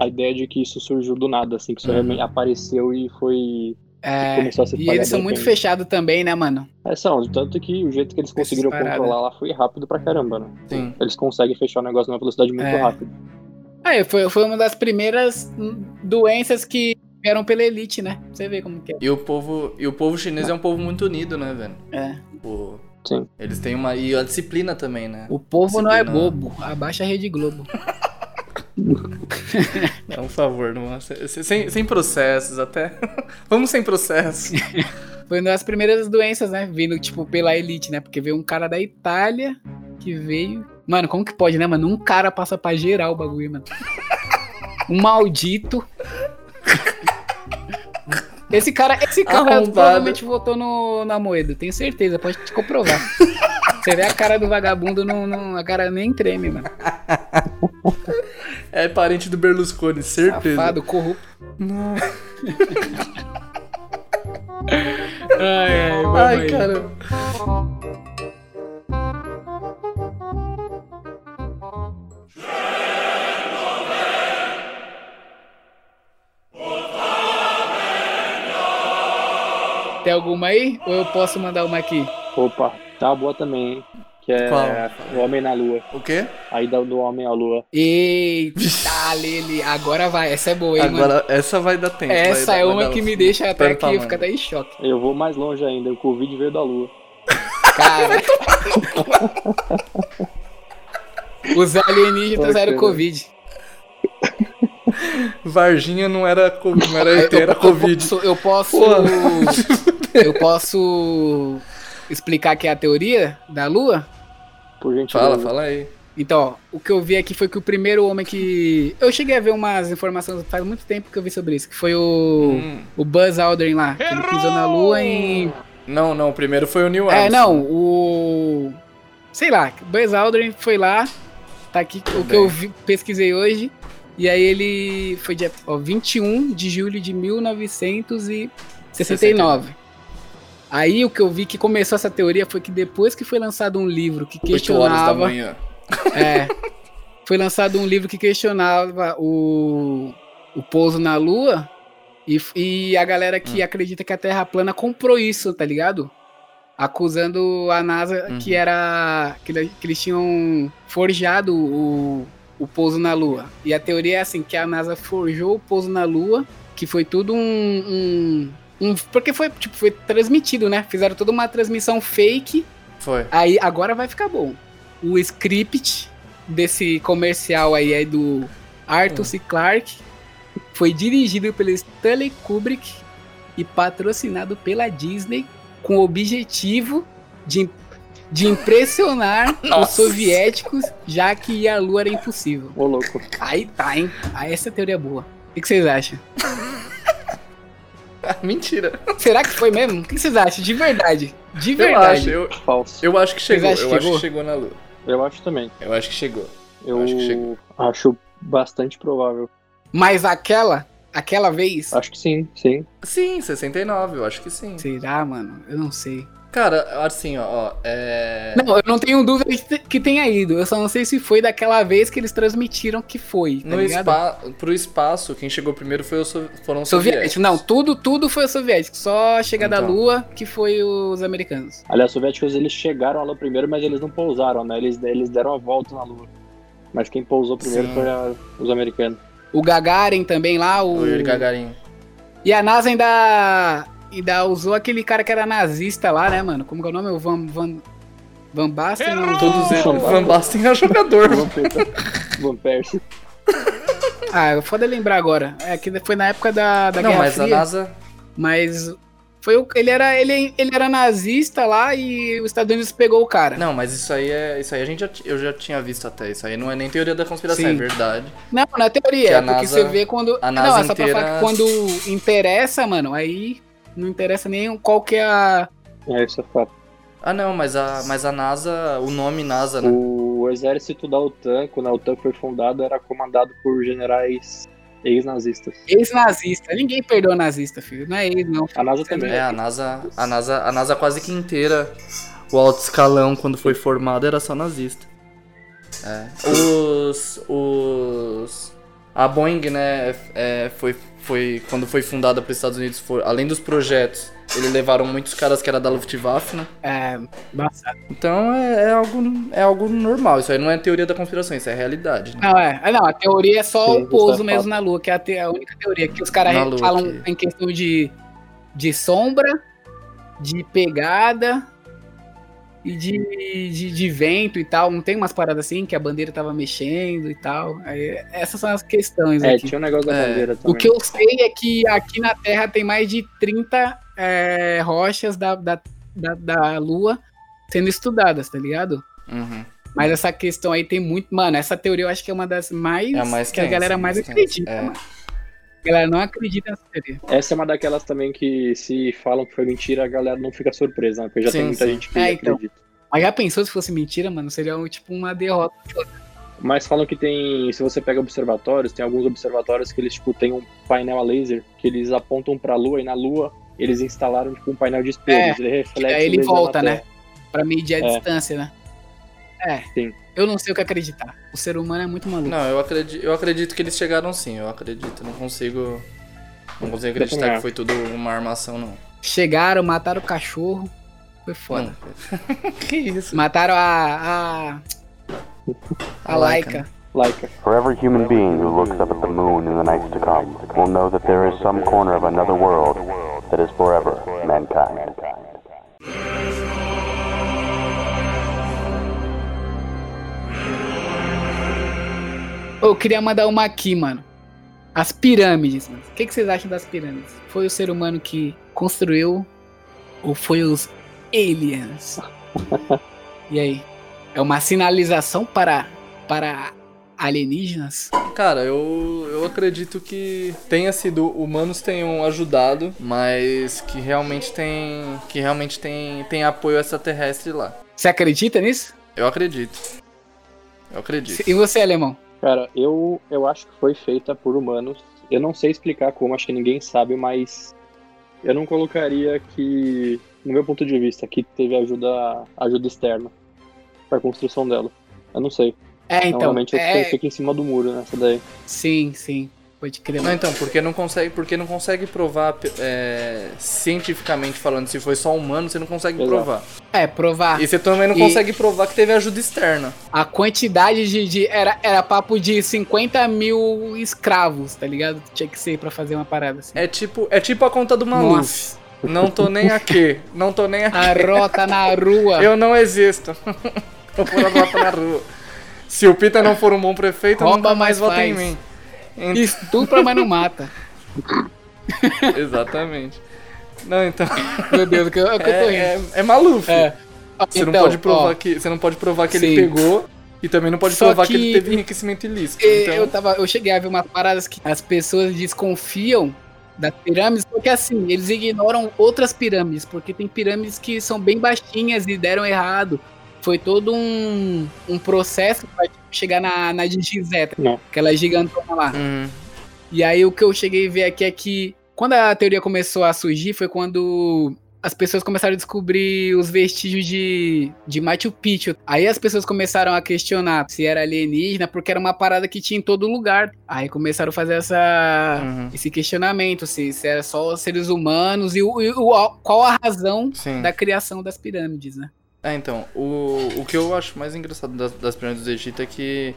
Speaker 3: a ideia de que isso surgiu do nada, assim, que isso
Speaker 2: Uhum.
Speaker 3: realmente apareceu e foi.
Speaker 1: É,
Speaker 3: começou a se
Speaker 1: e
Speaker 3: espalhar
Speaker 1: eles são
Speaker 3: de
Speaker 1: muito
Speaker 3: repente.
Speaker 1: fechados também, né, mano?
Speaker 3: É, são, tanto que o jeito que eles conseguiram
Speaker 1: paradas.
Speaker 3: controlar lá foi rápido pra caramba, né?
Speaker 2: Sim.
Speaker 3: Eles conseguem fechar o negócio numa velocidade muito
Speaker 1: É.
Speaker 3: rápida.
Speaker 1: Ah, foi, foi uma das primeiras hum, doenças que vieram pela elite, né? Você vê como que é.
Speaker 2: E o povo, e o povo chinês é um povo muito unido, né, velho?
Speaker 1: É.
Speaker 2: Tipo,
Speaker 3: Sim.
Speaker 2: eles têm uma e a disciplina também, né?
Speaker 1: O povo não é
Speaker 2: Disciplina.
Speaker 1: bobo. Abaixa a Rede Globo.
Speaker 2: É um favor, não, se- se- sem, sem processos até. (laughs) Vamos sem processo.
Speaker 1: Foi uma das primeiras doenças, né? Vindo, tipo, pela elite, né? Porque veio um cara da Itália que veio. Mano, como que pode, né, mano? Um cara passa pra geral o bagulho,
Speaker 2: (laughs)
Speaker 1: mano. Um maldito. Esse cara, esse cara
Speaker 2: Arrombado.
Speaker 1: provavelmente votou no, na Moeda, tenho certeza, pode te comprovar. Você vê a cara do vagabundo, não, não- a cara nem treme, mano.
Speaker 2: É parente do Berlusconi, certeza.
Speaker 1: Safado, corrupto.
Speaker 2: Não.
Speaker 1: Ai, ai, vamos
Speaker 2: Ai,
Speaker 1: aí.
Speaker 2: cara.
Speaker 1: Tem alguma aí? Ou eu posso mandar uma aqui?
Speaker 3: Opa, tá boa também, hein? Que é
Speaker 2: Qual?
Speaker 3: o Homem na Lua.
Speaker 2: O quê?
Speaker 3: A ida do Homem à Lua.
Speaker 2: (laughs)
Speaker 1: Eita, Lele, agora vai. Essa é boa, hein, mano?
Speaker 2: Agora, essa vai dar tempo. vai
Speaker 1: Essa
Speaker 2: dar-
Speaker 1: é
Speaker 2: vai
Speaker 1: uma
Speaker 2: dar-
Speaker 1: que
Speaker 3: um
Speaker 1: me deixa até
Speaker 2: Pera,
Speaker 1: aqui,
Speaker 2: tá,
Speaker 1: eu
Speaker 2: mano.
Speaker 1: fico até em choque.
Speaker 3: Eu vou mais longe ainda, o Covid veio da Lua. (laughs)
Speaker 1: Cara. Os alienígenas
Speaker 3: Pode
Speaker 1: eram
Speaker 3: crer.
Speaker 1: Covid.
Speaker 2: Varginha não era, co-
Speaker 3: É
Speaker 2: não era ET,
Speaker 1: (laughs) Eu
Speaker 2: era Covid.
Speaker 1: (laughs) posso. Eu posso, eu posso explicar que é a teoria da Lua?
Speaker 3: Por
Speaker 1: Tipo,
Speaker 3: gentileza.
Speaker 2: Fala, fala aí.
Speaker 1: Então, ó, o que eu vi aqui foi que o primeiro homem que. Eu cheguei a ver umas informações faz muito tempo que eu vi sobre isso, que foi o,
Speaker 2: Hum.
Speaker 1: o Buzz Aldrin lá. Que ele pisou na Lua em.
Speaker 2: Não, não, o primeiro foi o Neil Armstrong.
Speaker 1: É, não, o. Sei lá, Buzz Aldrin foi lá, tá aqui o que eu vi- pesquisei hoje. E aí ele foi dia ó, 21 de julho de 1969.
Speaker 2: 69.
Speaker 1: Aí o que eu vi que começou essa teoria foi que depois que foi lançado um livro que
Speaker 2: 8 tipo horas da
Speaker 1: questionava.
Speaker 2: manhã.
Speaker 1: É. Foi lançado um livro que questionava o, o pouso na Lua. E, f- e a galera que acredita que a Terra é plana comprou isso, tá ligado? Acusando a NASA
Speaker 2: Uhum.
Speaker 1: que era. Que, ele- que eles tinham forjado o, o pouso na Lua. E a teoria é assim, que a NASA forjou o pouso na Lua, que foi tudo um. um- um- porque foi, tipo, foi transmitido, né? Fizeram toda uma transmissão fake
Speaker 2: Foi. (laughs)
Speaker 1: Aí agora vai ficar bom. O script desse comercial aí é do Arthur
Speaker 2: Hum.
Speaker 1: C. Clarke. Foi dirigido pelo Stanley Kubrick e patrocinado pela Disney com o objetivo de, de
Speaker 2: (laughs)
Speaker 1: impressionar os
Speaker 2: Nossa.
Speaker 1: soviéticos, já que ir à lua era impossível.
Speaker 3: Ô, louco.
Speaker 1: Aí tá, hein? Aí essa teoria é boa. O que que vocês acham?
Speaker 2: Ah, Mentira.
Speaker 1: Será que foi mesmo? O que que vocês acham? De verdade. De
Speaker 2: Eu acho,
Speaker 1: verdade.
Speaker 2: eu,
Speaker 3: Falso.
Speaker 2: eu acho que chegou.
Speaker 1: acham
Speaker 2: Eu
Speaker 1: que
Speaker 2: acho
Speaker 1: chegou?
Speaker 2: que chegou na Lua.
Speaker 3: Eu acho também.
Speaker 2: Eu acho que chegou.
Speaker 3: Eu
Speaker 2: Acho que
Speaker 3: acho,
Speaker 2: chegou.
Speaker 3: bastante provável.
Speaker 1: Mas aquela, aquela vez.
Speaker 3: Acho que sim, sim.
Speaker 2: Sim, 69, eu acho que sim.
Speaker 1: Será, mano? Eu não sei.
Speaker 2: Cara, assim, ó, ó, é.
Speaker 1: Não, eu não tenho dúvida que te- que tenha ido. Eu só não sei se foi daquela vez que eles transmitiram que foi. Tá
Speaker 2: No
Speaker 1: ligado?
Speaker 2: espa... Pro espaço, quem chegou primeiro foi o so... foram os soviéticos.
Speaker 1: Soviético. Não, tudo, tudo foi o soviético. Só a chegada da
Speaker 2: Então.
Speaker 1: Lua que foi os americanos.
Speaker 3: Aliás, os soviéticos eles chegaram à Lua primeiro, mas eles não pousaram, né? Eles, eles deram a volta na Lua. Mas quem pousou primeiro
Speaker 2: Sim.
Speaker 3: foi a- os americanos.
Speaker 1: O Gagarin também lá, o.
Speaker 2: O Yuri Gagarin.
Speaker 1: E a NASA ainda. Ainda usou aquele cara que era nazista lá, né, mano? Como que é o nome? O Van. Van, Van Basten? Não?
Speaker 2: Todos eles.
Speaker 3: Van
Speaker 2: Van Basten
Speaker 1: (laughs)
Speaker 2: é jogador.
Speaker 3: Van Persie- Van Persie.
Speaker 1: Ah, foda lembrar agora. É que foi na época da, da
Speaker 2: Não,
Speaker 1: Guerra
Speaker 2: mas
Speaker 1: Fria.
Speaker 2: a NASA.
Speaker 1: Mas foi o, ele era ele, ele era nazista lá e os Estados Unidos pegou o cara.
Speaker 2: Não, mas isso aí é. Isso aí a gente já... t- eu já tinha visto até. Isso aí não é nem teoria da conspiração,
Speaker 1: Sim.
Speaker 2: é verdade.
Speaker 1: Não, na teoria,
Speaker 2: Que a
Speaker 1: é porque
Speaker 2: NASA-
Speaker 1: você vê quando
Speaker 2: a
Speaker 1: Não,
Speaker 2: NASA
Speaker 1: é só pra falar
Speaker 2: inteira-
Speaker 1: que quando interessa, mano, aí não interessa nem qual que é a
Speaker 3: É, isso é fato.
Speaker 2: Ah não, mas a, mas a NASA. O nome NASA, né?
Speaker 3: O exército da OTAN, quando a OTAN foi fundada, era comandado por generais ex-nazistas.
Speaker 1: ex-nazista. Ninguém perdoa nazista, filho. Não é ex, não.
Speaker 3: A NASA também.
Speaker 2: É, a NASA. A NASA, a NASA quase que inteira. O alto escalão, quando foi formado, era só nazista. É. Os. Os. A Boeing, né? é, foi, foi. Quando foi fundada para os Estados Unidos, foi- além dos projetos, eles levaram muitos caras que era da Luftwaffe, né?
Speaker 1: É, embaçado.
Speaker 2: Então é, é algo, é algo normal. Isso aí não é teoria da conspiração, isso é realidade. Né?
Speaker 1: Não, é. Ah, Não, a teoria é só
Speaker 3: Sim,
Speaker 1: o pouso
Speaker 3: isso é
Speaker 1: mesmo
Speaker 3: fato.
Speaker 1: na lua, que é a, te- a única teoria que os caras
Speaker 2: Na Lua,
Speaker 1: falam
Speaker 2: que-
Speaker 1: em questão de de sombra, de pegada e de, de, de vento e tal. Não tem umas paradas assim que a bandeira tava mexendo e tal. Aí, essas são as questões
Speaker 3: É,
Speaker 1: aqui.
Speaker 3: tinha um negócio da
Speaker 2: É.
Speaker 3: bandeira também.
Speaker 1: O que eu sei é que aqui na Terra tem mais de 30 é, rochas da, da, da, da Lua sendo estudadas, tá ligado?
Speaker 2: Uhum.
Speaker 1: Mas essa questão aí tem muito. Mano, essa teoria eu acho que é uma das mais.
Speaker 2: É a mais
Speaker 1: que a
Speaker 2: tensa,
Speaker 1: galera
Speaker 2: a
Speaker 1: mais
Speaker 2: mais tensa,
Speaker 1: acredita, né?
Speaker 2: é.
Speaker 1: mano. A galera não acredita nessa teoria.
Speaker 3: Essa é uma daquelas também que se falam que foi mentira, a galera não fica surpresa, né? Porque já
Speaker 2: Sim,
Speaker 3: tem muita
Speaker 2: sim.
Speaker 3: gente que
Speaker 1: É, então.
Speaker 3: acredita.
Speaker 1: Mas já pensou se fosse mentira, mano? Seria um, tipo uma derrota.
Speaker 3: Mas falam que tem, se você pega observatórios, tem alguns observatórios que eles tipo tem um painel a laser que eles apontam pra lua e na lua eles instalaram tipo um painel de espelhos, ele reflete
Speaker 1: É, Aí
Speaker 3: o
Speaker 1: ele
Speaker 3: laser na
Speaker 1: volta, né?
Speaker 3: Terra.
Speaker 1: Pra medir a
Speaker 3: É.
Speaker 1: distância, né? É.
Speaker 3: Sim.
Speaker 1: Eu não sei o que acreditar. O ser humano é muito maluco.
Speaker 2: Não, eu acredito, eu acredito que eles chegaram sim, eu acredito. Não consigo. Não consigo
Speaker 3: também
Speaker 2: acreditar que
Speaker 3: acho.
Speaker 2: foi tudo uma armação, não.
Speaker 1: Chegaram, mataram o cachorro. Foi foda.
Speaker 2: Não. que isso?
Speaker 1: Mataram a. A, a Laika.
Speaker 3: Laika. né?
Speaker 5: For every human being who looks up at the moon in the nights to come will know that there is some corner of another world that is forever mankind.
Speaker 1: Eu queria mandar uma aqui, mano. As pirâmides, mano. O que, que vocês acham das pirâmides? Foi o ser humano que construiu? Ou foi os aliens. e aí? É uma sinalização para, para alienígenas?
Speaker 2: Cara, eu, eu acredito que tenha sido humanos tenham ajudado, mas que realmente tem que realmente tem tem apoio extraterrestre lá.
Speaker 1: Você acredita nisso?
Speaker 2: Eu acredito. Eu acredito.
Speaker 1: E você, alemão?
Speaker 3: Cara, eu, eu acho que foi feita por humanos. Eu não sei explicar como, acho que ninguém sabe, mas eu não colocaria que, no meu ponto de vista, que teve ajuda, ajuda externa para construção dela. Eu não sei.
Speaker 1: É, então.
Speaker 3: Normalmente
Speaker 1: é...
Speaker 3: fica em cima do muro nessa daí.
Speaker 1: Sim, sim. Pode crer.
Speaker 2: Não, então, porque não consegue, porque não consegue provar é, cientificamente falando se foi só humano, você não consegue
Speaker 3: Exato.
Speaker 2: provar.
Speaker 1: É, provar.
Speaker 2: E você também não
Speaker 1: E-
Speaker 2: consegue provar que teve ajuda externa.
Speaker 1: A quantidade de. de- era, era papo de 50 mil escravos, tá ligado? Tinha que ser pra fazer uma parada assim.
Speaker 2: É tipo, é tipo a conta do Maluf.
Speaker 1: Nossa.
Speaker 2: Não tô nem aqui. Não tô nem aqui.
Speaker 1: A rota na rua.
Speaker 2: Eu não existo. (laughs) Vou pôr as latas na rua. Se o Pita não for um bom prefeito,
Speaker 1: Rouba,
Speaker 2: nunca
Speaker 1: mas
Speaker 2: mais vota em
Speaker 1: faz.
Speaker 2: mim.
Speaker 1: (laughs)
Speaker 2: Ent-
Speaker 1: Estupra, mas não mata.
Speaker 2: Exatamente. Não, então.
Speaker 1: Meu Deus, o que eu, o que É, eu tô rindo.
Speaker 2: É, é, é Maluf.
Speaker 1: É. Ó,
Speaker 2: Você, não
Speaker 1: então,
Speaker 2: pode provar
Speaker 1: ó,
Speaker 2: que, você não pode provar que ele
Speaker 1: Sim.
Speaker 2: pegou e também não pode
Speaker 1: Só
Speaker 2: provar que...
Speaker 1: que-
Speaker 2: ele teve enriquecimento ilícito.
Speaker 1: e-
Speaker 2: Então,
Speaker 1: eu, tava, eu cheguei a ver umas paradas que as pessoas desconfiam das pirâmides, porque assim, eles ignoram outras pirâmides, porque tem pirâmides que são bem baixinhas e deram errado. Foi todo um, um processo pra tipo, chegar na, na de Gizé, tá?
Speaker 3: Não.
Speaker 1: aquela gigantona lá.
Speaker 2: Hum,
Speaker 1: E aí o que eu cheguei a ver aqui é que quando a teoria começou a surgir foi quando as pessoas começaram a descobrir os vestígios de, de Machu Picchu. Aí as pessoas começaram a questionar se era alienígena, porque era uma parada que tinha em todo lugar. Aí começaram a fazer essa,
Speaker 2: uhum,
Speaker 1: esse questionamento, se, se era só os seres humanos e, o, e o- qual a razão
Speaker 2: sim.
Speaker 1: da criação das pirâmides, né?
Speaker 2: É, então, o, o que eu acho mais engraçado das, das pirâmides do Egito é que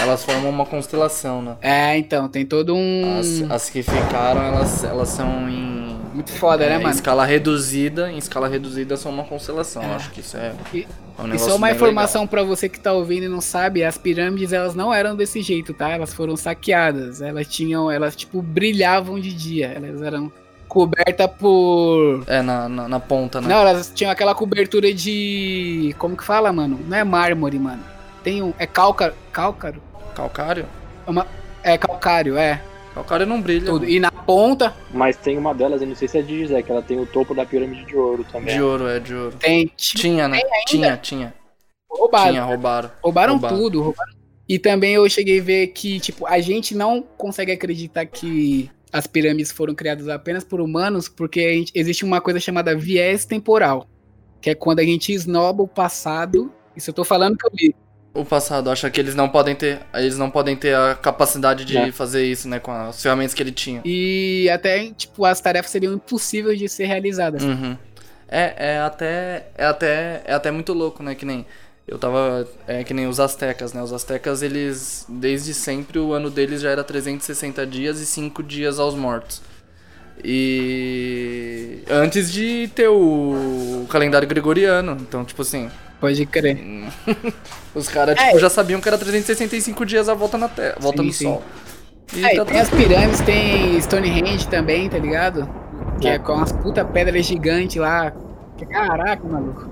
Speaker 2: elas formam uma constelação, né?
Speaker 1: É, então, tem todo um...
Speaker 2: As, as que ficaram, elas, elas são em.
Speaker 1: Muito foda, né,
Speaker 2: é, em
Speaker 1: mano?
Speaker 2: escala reduzida, em escala reduzida são uma constelação.
Speaker 1: É.
Speaker 2: Eu acho que isso é,
Speaker 1: E-
Speaker 2: é um
Speaker 1: E
Speaker 2: negócio
Speaker 1: só uma
Speaker 2: bem
Speaker 1: informação pra você que tá ouvindo e não sabe, as pirâmides elas não eram desse jeito, tá? Elas foram saqueadas. Elas tinham, elas tipo brilhavam de dia. Elas eram cobertas por
Speaker 2: legal. É, na, na, na ponta, né?
Speaker 1: Não, elas tinham aquela cobertura de como que fala, mano? Não é mármore, mano. Tem um é cálcaro, cálcaro?
Speaker 2: Calcário?
Speaker 1: É calcário, é.
Speaker 2: Calcário não brilha.
Speaker 1: Tudo.
Speaker 2: mano.
Speaker 1: E na ponta
Speaker 3: Mas tem uma delas, eu não sei se é de Gizé, que ela tem o topo da pirâmide de ouro também.
Speaker 2: De ouro, é, de ouro.
Speaker 1: tem tipo,
Speaker 2: Tinha, né? Tinha, tinha.
Speaker 1: roubado.
Speaker 2: Tinha, roubaram.
Speaker 1: Roubaram
Speaker 2: Roubaram.
Speaker 1: tudo, roubaram. E também eu cheguei a ver que, tipo, a gente não consegue acreditar que as pirâmides foram criadas apenas por humanos, porque a gente- existe uma coisa chamada viés temporal, que é quando a gente esnoba o passado. Isso eu tô falando que eu li.
Speaker 2: O passado, acha que eles não podem ter. Eles não podem ter a capacidade de
Speaker 3: É.
Speaker 2: fazer isso, né? Com as ferramentas que ele tinha.
Speaker 1: E até, tipo, as tarefas seriam impossíveis de ser realizadas.
Speaker 2: Uhum. É, é até, é até, é até muito louco, né? Que nem eu tava, é que nem os astecas, né? Os astecas eles desde sempre o ano deles já era 360 dias e 5 dias aos mortos. E antes de ter o calendário gregoriano, então tipo assim,
Speaker 1: Pode crer.
Speaker 2: os caras tipo, já sabiam que era 365 dias a volta na Terra,
Speaker 1: É.
Speaker 2: volta
Speaker 1: Sim,
Speaker 2: no
Speaker 1: sim.
Speaker 2: sol. E
Speaker 1: É,
Speaker 2: tá
Speaker 1: e tem as pirâmides, tem Stonehenge também, tá ligado? Que é
Speaker 3: É.
Speaker 1: com umas puta pedras gigantes lá. Caraca, maluco.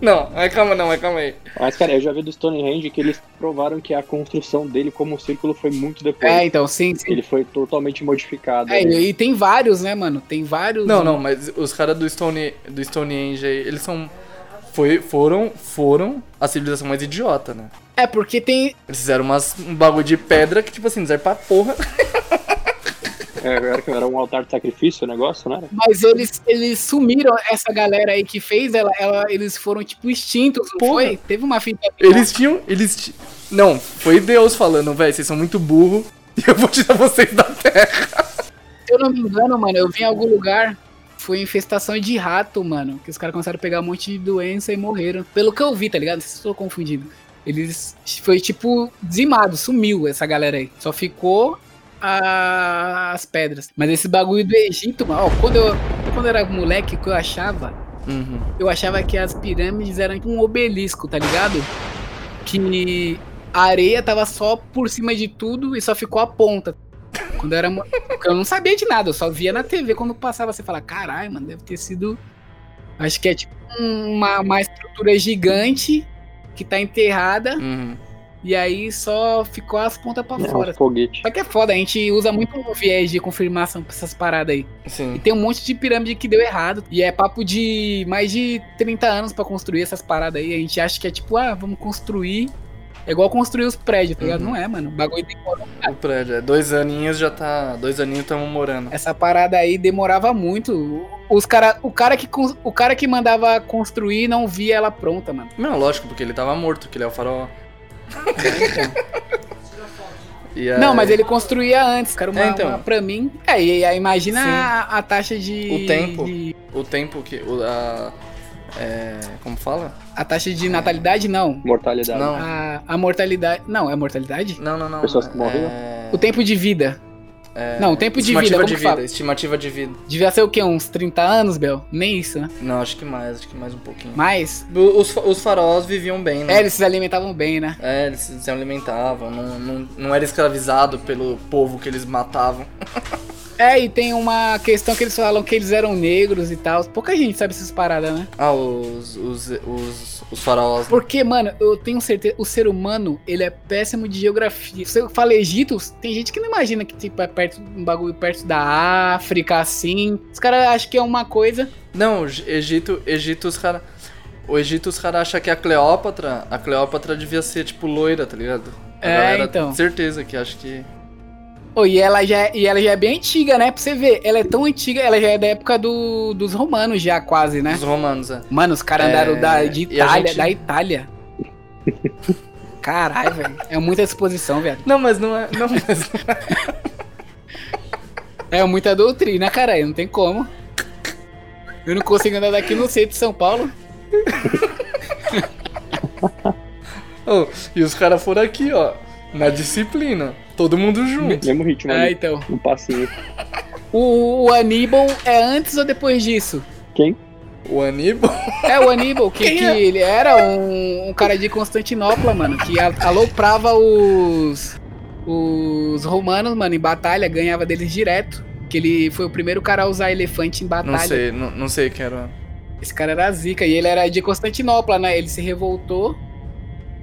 Speaker 2: Não, é calma não, é calma aí.
Speaker 3: Mas, cara, eu já vi do Stonehenge que eles provaram que a construção dele como círculo foi muito depois.
Speaker 1: É, então, sim, sim.
Speaker 3: Ele foi totalmente modificado.
Speaker 1: É,
Speaker 3: né?
Speaker 1: e tem vários, né, mano? Tem vários.
Speaker 2: Não, não, mas os caras do Stone do Stonehenge aí, eles são foi, foram foram a civilização mais idiota, né?
Speaker 1: É, porque tem.
Speaker 2: Eles fizeram umas, um bagulho de pedra que, tipo assim, não serve pra porra. (laughs)
Speaker 3: É, era, que era um altar de sacrifício o negócio, né?
Speaker 1: Mas eles, eles sumiram, essa galera aí que fez, ela, ela- eles foram, tipo, extintos, não
Speaker 2: Porra.
Speaker 1: foi? Teve uma fita.
Speaker 2: Eles tinham. Eles ti- Não, foi Deus falando, velho, vocês são muito burro (laughs) e eu vou tirar vocês da terra.
Speaker 1: Se eu não me engano, mano, eu vi em algum lugar. Foi infestação de rato, mano. Que os caras começaram a pegar um monte de doença e morreram. Pelo que eu vi, tá ligado? Não sei se eu tô confundido. Eles. Foi tipo dizimado, sumiu essa galera aí. Só ficou a- as pedras. Mas esse bagulho do Egito, mano, ó, quando eu, quando eu era moleque, o que eu achava
Speaker 2: Uhum.
Speaker 1: eu achava que as pirâmides eram tipo um obelisco, tá ligado? Que a areia tava só por cima de tudo e só ficou a ponta. Quando eu era. mo- porque Eu não sabia de nada, eu só via na TV quando passava. Você fala, caralho, mano, deve ter sido Acho que é tipo uma, uma estrutura gigante que tá enterrada
Speaker 2: Uhum.
Speaker 1: e aí só ficou as pontas pra
Speaker 3: É
Speaker 1: Tá fora.
Speaker 3: um foguete.
Speaker 1: Só que é foda, a gente usa muito o viés de confirmação pra essas paradas aí. E
Speaker 2: Sim.
Speaker 1: tem um monte de pirâmide que deu errado. E é papo de mais de 30 anos pra construir essas paradas aí. A gente acha que é tipo, ah, vamos construir. É igual construir os prédios, tá ligado?
Speaker 2: Uhum.
Speaker 1: Não é, mano. O bagulho demorou.
Speaker 2: O prédio. é Dois aninhos já tá. Dois aninhos estamos morando.
Speaker 1: Essa parada aí demorava muito. Os cara, o, cara que, cons- o cara que mandava construir não via ela pronta, mano.
Speaker 2: Não, lógico, porque ele tava morto, que ele é o farol. (laughs) E aí-
Speaker 1: Não, mas ele construía antes. Cara, uma,
Speaker 2: É, então.
Speaker 1: uma pra mim. É, e aí imagina
Speaker 2: Sim.
Speaker 1: a, a taxa de.
Speaker 2: O tempo.
Speaker 1: de-
Speaker 2: O tempo que. O, a, é, como fala?
Speaker 1: a taxa de natalidade, não.
Speaker 3: Mortalidade.
Speaker 2: Não.
Speaker 1: A, a mortalidade. Não, é mortalidade?
Speaker 2: Não, não, não.
Speaker 3: Pessoas que morreram?
Speaker 2: É,
Speaker 1: O tempo de vida. Não, o tempo de vida,
Speaker 2: estimativa
Speaker 1: como
Speaker 2: de
Speaker 1: que
Speaker 2: vida.
Speaker 1: fala?
Speaker 2: Estimativa de vida.
Speaker 1: Devia ser o quê? Uns 30 anos, Bel? Nem isso, né?
Speaker 2: Não, acho que mais, acho que mais um pouquinho.
Speaker 1: Mas.
Speaker 2: O- Os, fa- os faróis viviam bem, né?
Speaker 1: É, eles se alimentavam bem, né?
Speaker 2: É, eles se alimentavam, não, não, não era escravizado pelo povo que eles matavam.
Speaker 1: É, e tem uma questão que eles falam que eles eram negros e tal. Pouca gente sabe essas paradas, né?
Speaker 2: Ah, os. os. os, os né? faraós.
Speaker 1: Porque, mano, eu tenho certeza, o ser humano, ele é péssimo de geografia. Se eu falo Egito, tem gente que não imagina que, tipo, é perto, um bagulho perto da África, assim. Os caras acham que é uma coisa.
Speaker 2: Não, o G- Egito. Egito os caras. O Egito os caras acham que a Cleópatra. A Cleópatra devia ser tipo loira, tá ligado? A
Speaker 1: É,
Speaker 2: galera
Speaker 1: então.
Speaker 2: tem Certeza que acho que.
Speaker 1: Oh, e, ela já, e ela já é bem antiga, né? Pra você ver, ela é tão antiga, ela já é da época do- dos romanos já, quase, né?
Speaker 2: Os romanos, é.
Speaker 1: Mano, os caras
Speaker 2: É,
Speaker 1: andaram da, de
Speaker 2: e a
Speaker 1: Itália,
Speaker 2: gente-
Speaker 1: da
Speaker 2: (laughs)
Speaker 1: Itália. Caralho, velho. É muita exposição, velho.
Speaker 2: Não, mas não é. Não, mas.
Speaker 1: É muita doutrina, caralho. Não tem como. Eu não consigo andar daqui no centro de São Paulo.
Speaker 2: Ô, e os caras foram aqui, ó. Na disciplina. Todo mundo junto.
Speaker 3: Mesmo ritmo
Speaker 1: É,
Speaker 3: ali.
Speaker 1: então.
Speaker 3: Um passinho.
Speaker 1: O, o Aníbal é antes ou depois disso?
Speaker 3: Quem?
Speaker 2: O Aníbal.
Speaker 1: É o Aníbal, que,
Speaker 2: Quem
Speaker 1: que
Speaker 2: é?
Speaker 1: ele era um, um cara de Constantinopla, mano, que a- aloprava os, os romanos, mano, em batalha, ganhava deles direto. Que ele foi o primeiro cara a usar elefante em batalha.
Speaker 2: Não sei, não, não sei quem era.
Speaker 1: Esse cara era zica e ele era de Constantinopla, né? Ele se revoltou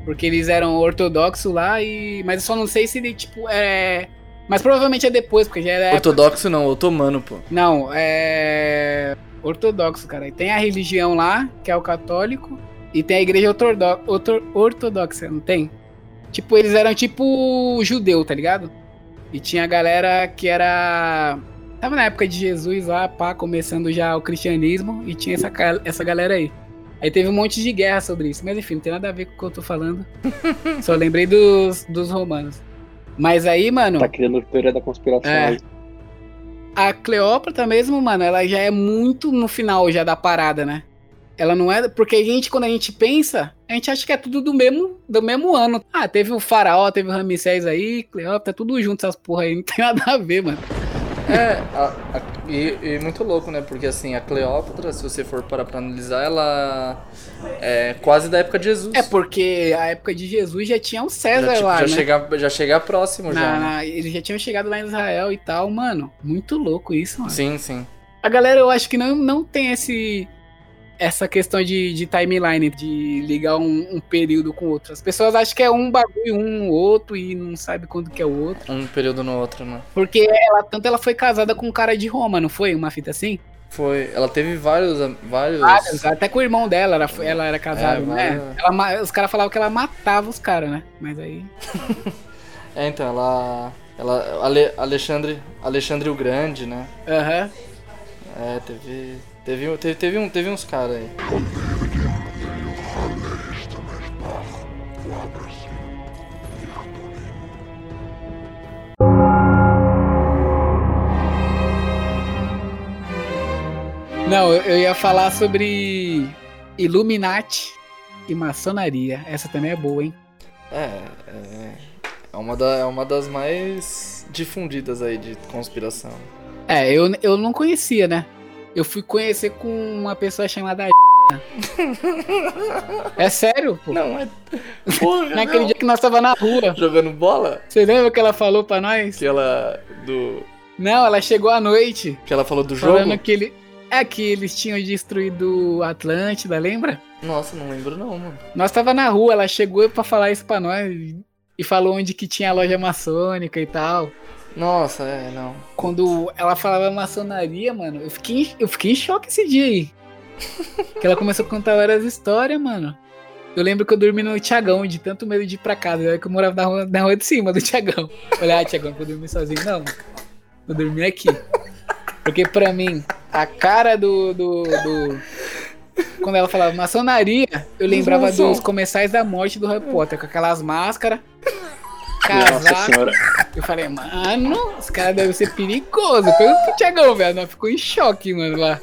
Speaker 1: porque eles eram ortodoxos lá e. Mas eu só não sei se ele, tipo, é. Mas provavelmente é depois, porque já era.
Speaker 2: Ortodoxo não, otomano, pô.
Speaker 1: Não, é. Ortodoxo, cara. E tem a religião lá, que é o católico, e tem a igreja ortodo- orto- ortodoxa, não tem? Tipo, eles eram tipo judeu, tá ligado? E tinha a galera que era. Tava na época de Jesus lá, pá, começando já o cristianismo, e tinha essa, ca- essa galera aí. Aí teve um monte de guerra sobre isso, mas enfim, não tem nada a ver com o que eu tô falando. Só lembrei dos, dos romanos. Mas aí, mano.
Speaker 3: Tá criando teoria da conspiração
Speaker 1: É.
Speaker 3: aí.
Speaker 1: A Cleópatra mesmo, mano, ela já é muito no final já da parada, né? Ela não é. Porque a gente, quando a gente pensa, a gente acha que é tudo do mesmo, do mesmo ano. Ah, teve o faraó, teve o Ramsés aí, Cleópatra, tudo junto essas porra aí, (laughs) não tem nada a ver, mano.
Speaker 2: É, a- a- e, e muito louco, né? Porque assim, a Cleópatra, se você for parar pra analisar, ela é quase da época de Jesus.
Speaker 1: É porque a época de Jesus já tinha o César
Speaker 2: já, tipo,
Speaker 1: lá,
Speaker 2: já
Speaker 1: né?
Speaker 2: chega, já chega próximo já.
Speaker 1: Na-
Speaker 2: né?
Speaker 1: na- eles já tinham chegado lá em Israel e tal, mano. Muito louco isso, mano.
Speaker 2: Sim, sim.
Speaker 1: A galera, eu acho que não, não tem esse essa questão de, de timeline, de ligar um, um período com o outro. As pessoas acham que é um bagulho, um outro, e não sabe quando que é o outro.
Speaker 2: Um período no outro, né?
Speaker 1: Porque ela, tanto ela foi casada com um cara de Roma, não foi? Uma fita assim?
Speaker 2: Foi. Ela teve vários. am- Vários.
Speaker 1: Vários, até com o irmão dela, ela, foi- ela era casada,
Speaker 2: É,
Speaker 1: né?
Speaker 2: vários.
Speaker 1: Ela ma- os caras falavam que ela matava os caras, né? Mas aí...
Speaker 2: É, então, ela. Ela. Ale, Alexandre. Alexandre o Grande, né?
Speaker 1: Aham.
Speaker 2: É, teve. Teve, teve, teve, um, teve uns caras aí.
Speaker 1: Não, eu, eu ia falar sobre Illuminati e maçonaria. Essa também é boa, hein?
Speaker 2: É, é, é uma, da, é uma das mais difundidas aí de conspiração.
Speaker 1: É, eu, eu não conhecia, né? Eu fui conhecer com uma pessoa chamada né? É sério, pô.
Speaker 2: Não, é. (laughs) Porra,
Speaker 1: Naquele dia que nós tava na rua.
Speaker 2: Jogando bola?
Speaker 1: Você lembra o que ela falou pra nós?
Speaker 2: Que ela. Do.
Speaker 1: Não, ela chegou à noite
Speaker 2: Que ela falou do jogo?
Speaker 1: falando que ele. É que eles tinham destruído Atlântida, lembra?
Speaker 2: Nossa, não lembro não, mano.
Speaker 1: Nós tava na rua, ela chegou pra falar isso pra nós e falou onde que tinha a loja maçônica e tal.
Speaker 2: Nossa, é, não.
Speaker 1: Quando ela falava maçonaria, mano, eu fiquei, eu fiquei em choque esse dia
Speaker 3: (laughs)
Speaker 1: aí. que ela começou a contar várias histórias, mano. Eu lembro que eu dormi no Tiagão, de tanto medo de ir pra casa. Era que eu morava na rua, na rua de cima do Tiagão. Falei, ah, Tiagão, vou dormir sozinho. Não, vou dormir aqui. Porque pra mim, a cara do. do, do- Quando ela falava maçonaria, eu lembrava
Speaker 2: maçom.
Speaker 1: dos comensais da morte do Harry Potter, com aquelas máscaras. Ah,
Speaker 3: Nossa
Speaker 1: Casaco.
Speaker 3: senhora.
Speaker 1: Eu falei, mano, os caras devem ser perigosos. Pergunta pro Tiagão, velho. Nós ficou em choque, mano, lá.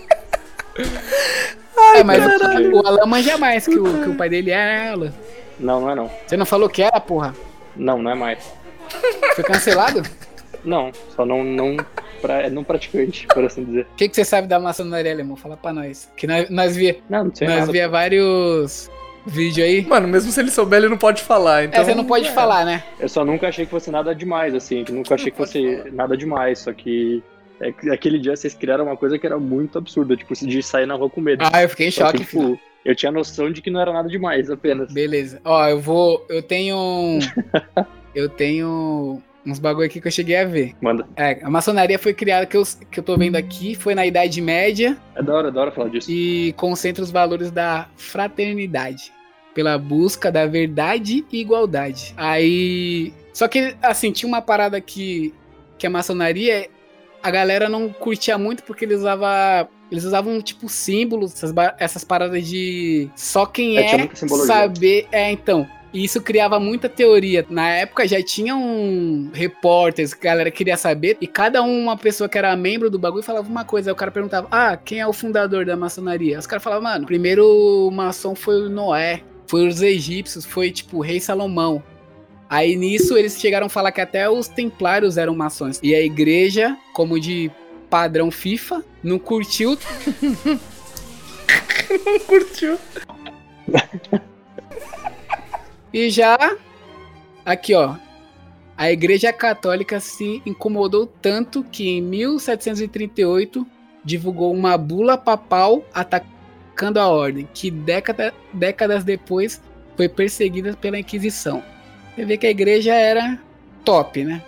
Speaker 1: é, mas
Speaker 3: caralho.
Speaker 1: o, o Alan manja mais que o, que o pai dele é, né, Alan?
Speaker 3: Não, não é não.
Speaker 1: Você não falou que era, porra?
Speaker 3: Não, não é mais.
Speaker 1: Foi cancelado?
Speaker 3: Não, só não, não, pra, é não praticante, por assim dizer.
Speaker 1: O que, que você sabe da maçonaria, alemão? Fala pra nós. Que nós, nós via,
Speaker 3: Não, não sei
Speaker 1: nós
Speaker 3: nada.
Speaker 1: via vários vídeos aí.
Speaker 2: Mano, mesmo se ele souber, ele não pode falar, então.
Speaker 1: é, você não pode
Speaker 2: é.
Speaker 1: falar, né?
Speaker 3: Eu só nunca achei que fosse nada demais, assim. Que nunca achei que fosse nada demais, só que... é que Aquele dia vocês criaram uma coisa que era muito absurda, tipo, de sair na rua com medo.
Speaker 1: Ah, eu fiquei em
Speaker 3: Só
Speaker 1: choque.
Speaker 3: que, tipo, eu tinha noção de que não era nada demais, apenas.
Speaker 1: Beleza. Ó, eu vou. Eu tenho.
Speaker 3: (laughs)
Speaker 1: um- eu tenho uns bagulho aqui que eu cheguei a ver.
Speaker 3: Manda.
Speaker 1: É, a maçonaria foi criada, que eu, que eu tô vendo aqui, foi na Idade Média
Speaker 3: É da hora, é da hora falar disso.
Speaker 1: e concentra os valores da fraternidade pela busca da verdade e igualdade. Aí, só que assim, tinha uma parada que que a maçonaria a galera não curtia muito porque eles usava eles usavam tipo símbolos, essas, ba- essas paradas de só quem
Speaker 3: É, tinha
Speaker 1: é,
Speaker 3: muita simbologia.
Speaker 1: saber, é então. E isso criava muita teoria. Na época já tinham repórteres que a galera queria saber, e cada um, uma pessoa que era membro do bagulho falava uma coisa. Aí o cara perguntava: Ah, quem é o fundador da maçonaria? Os caras falavam, mano, primeiro maçom foi o Noé, foi os egípcios, foi tipo o rei Salomão. Aí nisso eles chegaram a falar que até os templários eram maçons. E a igreja, como de padrão FIFA, não curtiu
Speaker 2: Curtiu.
Speaker 1: (laughs) E já aqui, ó. A Igreja Católica se incomodou tanto que em 1738 divulgou uma bula papal atacando a ordem, que década- décadas depois foi perseguida pela Inquisição. Você vê que a igreja era top, né?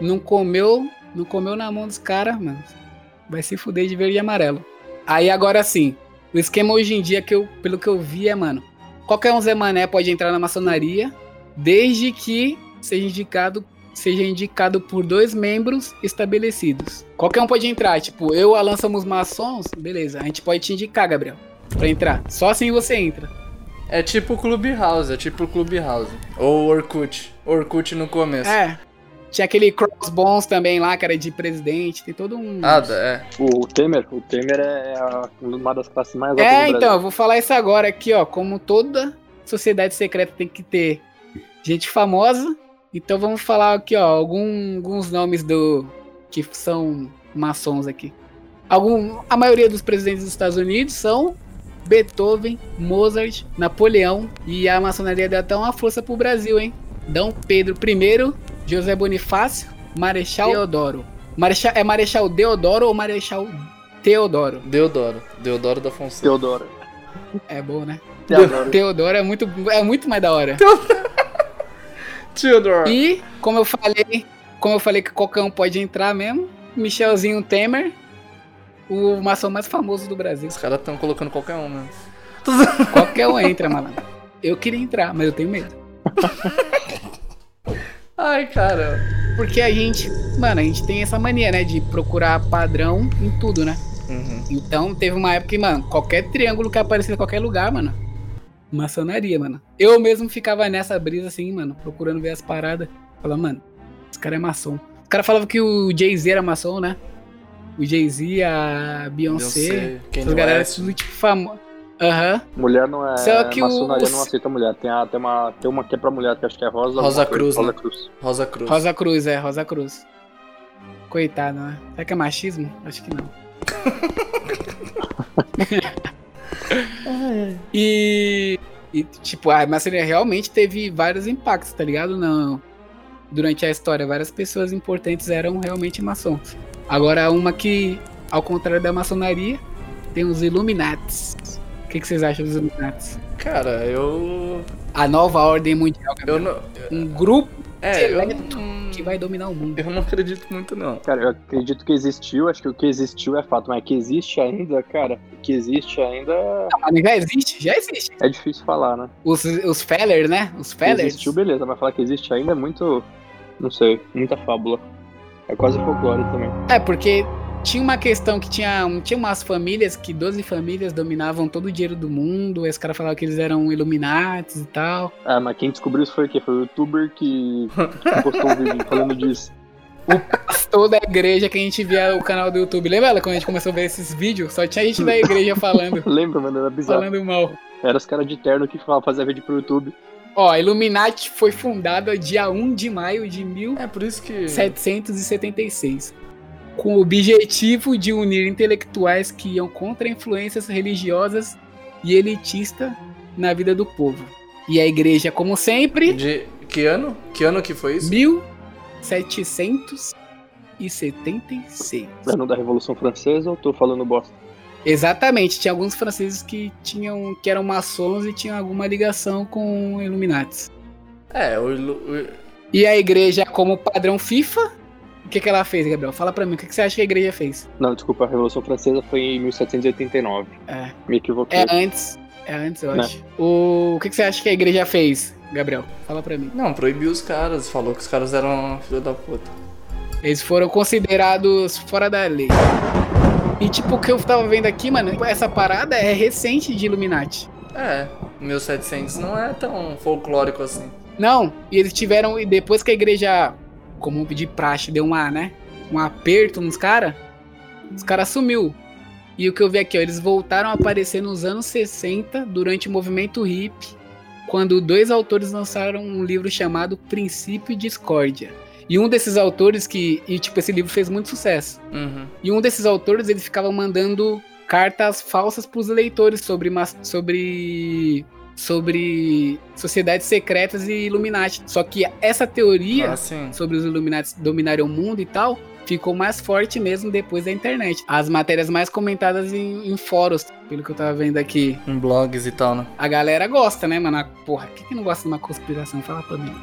Speaker 1: Não comeu, não comeu na mão dos caras, mano. Vai se fuder de verde e amarelo. Aí agora sim, o esquema hoje em dia que eu, pelo que eu vi é, mano, Qualquer um Zé Mané pode entrar na maçonaria, desde que seja indicado, seja indicado por dois membros estabelecidos. Qualquer um pode entrar, tipo, eu e o Alan somos maçons, beleza, a gente pode te indicar, Gabriel, pra entrar. Só assim você entra.
Speaker 2: É tipo Clubhouse, é tipo Clubhouse. Ou Orkut. Orkut no começo.
Speaker 1: É. Tinha aquele Crossbones também lá, que era de presidente, tem todo um.
Speaker 2: Ah, é.
Speaker 3: O Temer, o Temer é a- uma das classes mais altas
Speaker 1: É,
Speaker 3: do Brasil.
Speaker 1: então, eu vou falar isso agora aqui, ó. Como toda sociedade secreta tem que ter gente famosa, então vamos falar aqui, ó, algum- alguns nomes do que são maçons aqui. Algum, a maioria dos presidentes dos Estados Unidos são Beethoven, Mozart, Napoleão e a maçonaria deu até uma força pro Brasil, hein? Dom Pedro I, José Bonifácio, Marechal Deodoro. Marechal, é Marechal Deodoro ou Marechal Teodoro?
Speaker 2: Deodoro. Deodoro da Fonseca.
Speaker 3: Teodoro.
Speaker 1: É bom, né? (laughs)
Speaker 3: Teodoro.
Speaker 1: Teodoro é muito, é muito mais da hora.
Speaker 2: Teodoro.
Speaker 1: E, como eu falei, como eu falei que qualquer um pode entrar mesmo, Michelzinho Temer, o maçom mais famoso do Brasil.
Speaker 2: Os caras estão colocando qualquer um, né?
Speaker 1: Qualquer um entra, malandro. Eu queria entrar, mas eu tenho medo.
Speaker 2: Ai, cara.
Speaker 1: Porque a gente, mano, a gente tem essa mania, né, de procurar padrão em tudo, né?
Speaker 2: Uhum.
Speaker 1: Então teve uma época que, mano, qualquer triângulo que aparecia em qualquer lugar, mano, maçonaria, mano. Eu mesmo ficava nessa brisa assim, mano, procurando ver as paradas. Falava, mano, esse cara é maçom. Os caras falavam que o Jay-Z era maçom, né? O Jay-Z, a Beyoncé.
Speaker 2: Quem
Speaker 1: Essas
Speaker 2: não
Speaker 1: galera
Speaker 2: é?
Speaker 1: tudo tipo famosa. Aham.
Speaker 3: Mulher não é.
Speaker 1: Só que o-
Speaker 3: maçonaria
Speaker 1: o-
Speaker 3: não aceita mulher. Tem, a, tem, uma, tem uma que é pra mulher, que acho que é Rosa.
Speaker 2: Rosa
Speaker 3: alguma
Speaker 2: Cruz,
Speaker 3: coisa.
Speaker 2: né?
Speaker 3: Rosa Cruz.
Speaker 2: Rosa Cruz.
Speaker 1: Rosa Cruz, é, Rosa Cruz. Coitada, né? Será que é machismo? Acho que não. e, e, tipo, a maçonaria realmente teve vários impactos, tá ligado? Não. Durante a história, várias pessoas importantes eram realmente maçons. Agora, uma que, ao contrário da maçonaria, tem os Illuminates. O que, que vocês acham dos Illuminates?
Speaker 2: Cara, eu.
Speaker 1: A nova ordem mundial,
Speaker 2: Eu
Speaker 1: Gabriel.
Speaker 2: não.
Speaker 1: Um grupo
Speaker 2: É, eu.
Speaker 1: Seleto
Speaker 2: não-
Speaker 1: que vai dominar o mundo.
Speaker 2: Eu não acredito muito, não.
Speaker 3: Cara, eu acredito que existiu, acho que o que existiu é fato, mas que existe ainda, cara, que existe ainda
Speaker 1: Ah, mas já existe, já existe.
Speaker 3: é difícil falar, né?
Speaker 1: Os, os Fellers, né? Os
Speaker 3: Que
Speaker 1: Fellers.
Speaker 3: existiu, beleza, mas falar que existe ainda é muito, não sei, muita fábula. É quase folclore também.
Speaker 1: É, porque tinha uma questão que tinha, um- tinha umas famílias que 12 famílias dominavam todo o dinheiro do mundo. Esse cara falava que eles eram Illuminates e tal.
Speaker 3: Ah, mas quem descobriu isso foi o quê? Foi o youtuber
Speaker 1: (laughs)
Speaker 3: que, que postou um vídeo falando disso.
Speaker 1: Toda a igreja que a gente via o canal do YouTube. Lembra ela, quando a gente começou a ver esses vídeos? Só tinha gente da igreja falando,
Speaker 3: Lembra, mano? Era bizarro.
Speaker 1: falando mal.
Speaker 3: Era os caras de terno que falavam fazer vídeo pro YouTube.
Speaker 1: Ó, a Illuminati foi fundada dia 1 de maio de
Speaker 2: É por isso que.
Speaker 1: 1776, com o objetivo de unir intelectuais que iam contra influências religiosas e elitista na vida do povo. E a igreja, como sempre,
Speaker 2: De... Que ano? Que ano que foi isso?
Speaker 1: 1776.
Speaker 3: Era não da Revolução Francesa ou tô falando bosta?
Speaker 1: Exatamente, tinha alguns franceses que tinham que eram maçons e tinham alguma ligação com Illuminates.
Speaker 2: É, o, ilu- o-
Speaker 1: E a igreja, como padrão FIFA, o que, que ela fez, Gabriel? Fala pra mim, o que, que você acha que a igreja fez?
Speaker 3: Não, desculpa, a Revolução Francesa foi em 1789.
Speaker 1: É.
Speaker 3: Me equivoquei.
Speaker 1: É antes. É antes, eu
Speaker 3: Né?
Speaker 1: acho. O, o que, que você acha que a igreja fez, Gabriel? Fala pra mim.
Speaker 2: Não, proibiu os caras, falou que os caras eram filho da puta.
Speaker 1: Eles foram considerados fora da lei. E tipo, o que eu tava vendo aqui, mano, essa parada é recente de Illuminati.
Speaker 2: É, 1700 não é tão folclórico assim.
Speaker 1: Não, e eles tiveram. E depois que a igreja, como de praxe, deu uma, né? Um aperto nos caras, os caras sumiu. E o que eu vi aqui, ó, eles voltaram a aparecer nos anos 60, durante o movimento hippie, quando dois autores lançaram um livro chamado Princípio e Discórdia. E um desses autores que. E tipo, esse livro fez muito sucesso.
Speaker 2: Uhum.
Speaker 1: E um desses autores, ele ficava mandando cartas falsas pros leitores sobre mas- sobre sobre sociedades secretas e Illuminati. Só que essa teoria
Speaker 2: Ah, sim.
Speaker 1: sobre os Illuminati dominarem o mundo e tal ficou mais forte mesmo depois da internet. As matérias mais comentadas em, em fóruns, pelo que eu tava vendo aqui.
Speaker 2: Em blogs e tal, né?
Speaker 1: A galera gosta, né, mano? Ah, Porra, quem que não gosta de uma conspiração? Fala pra mim.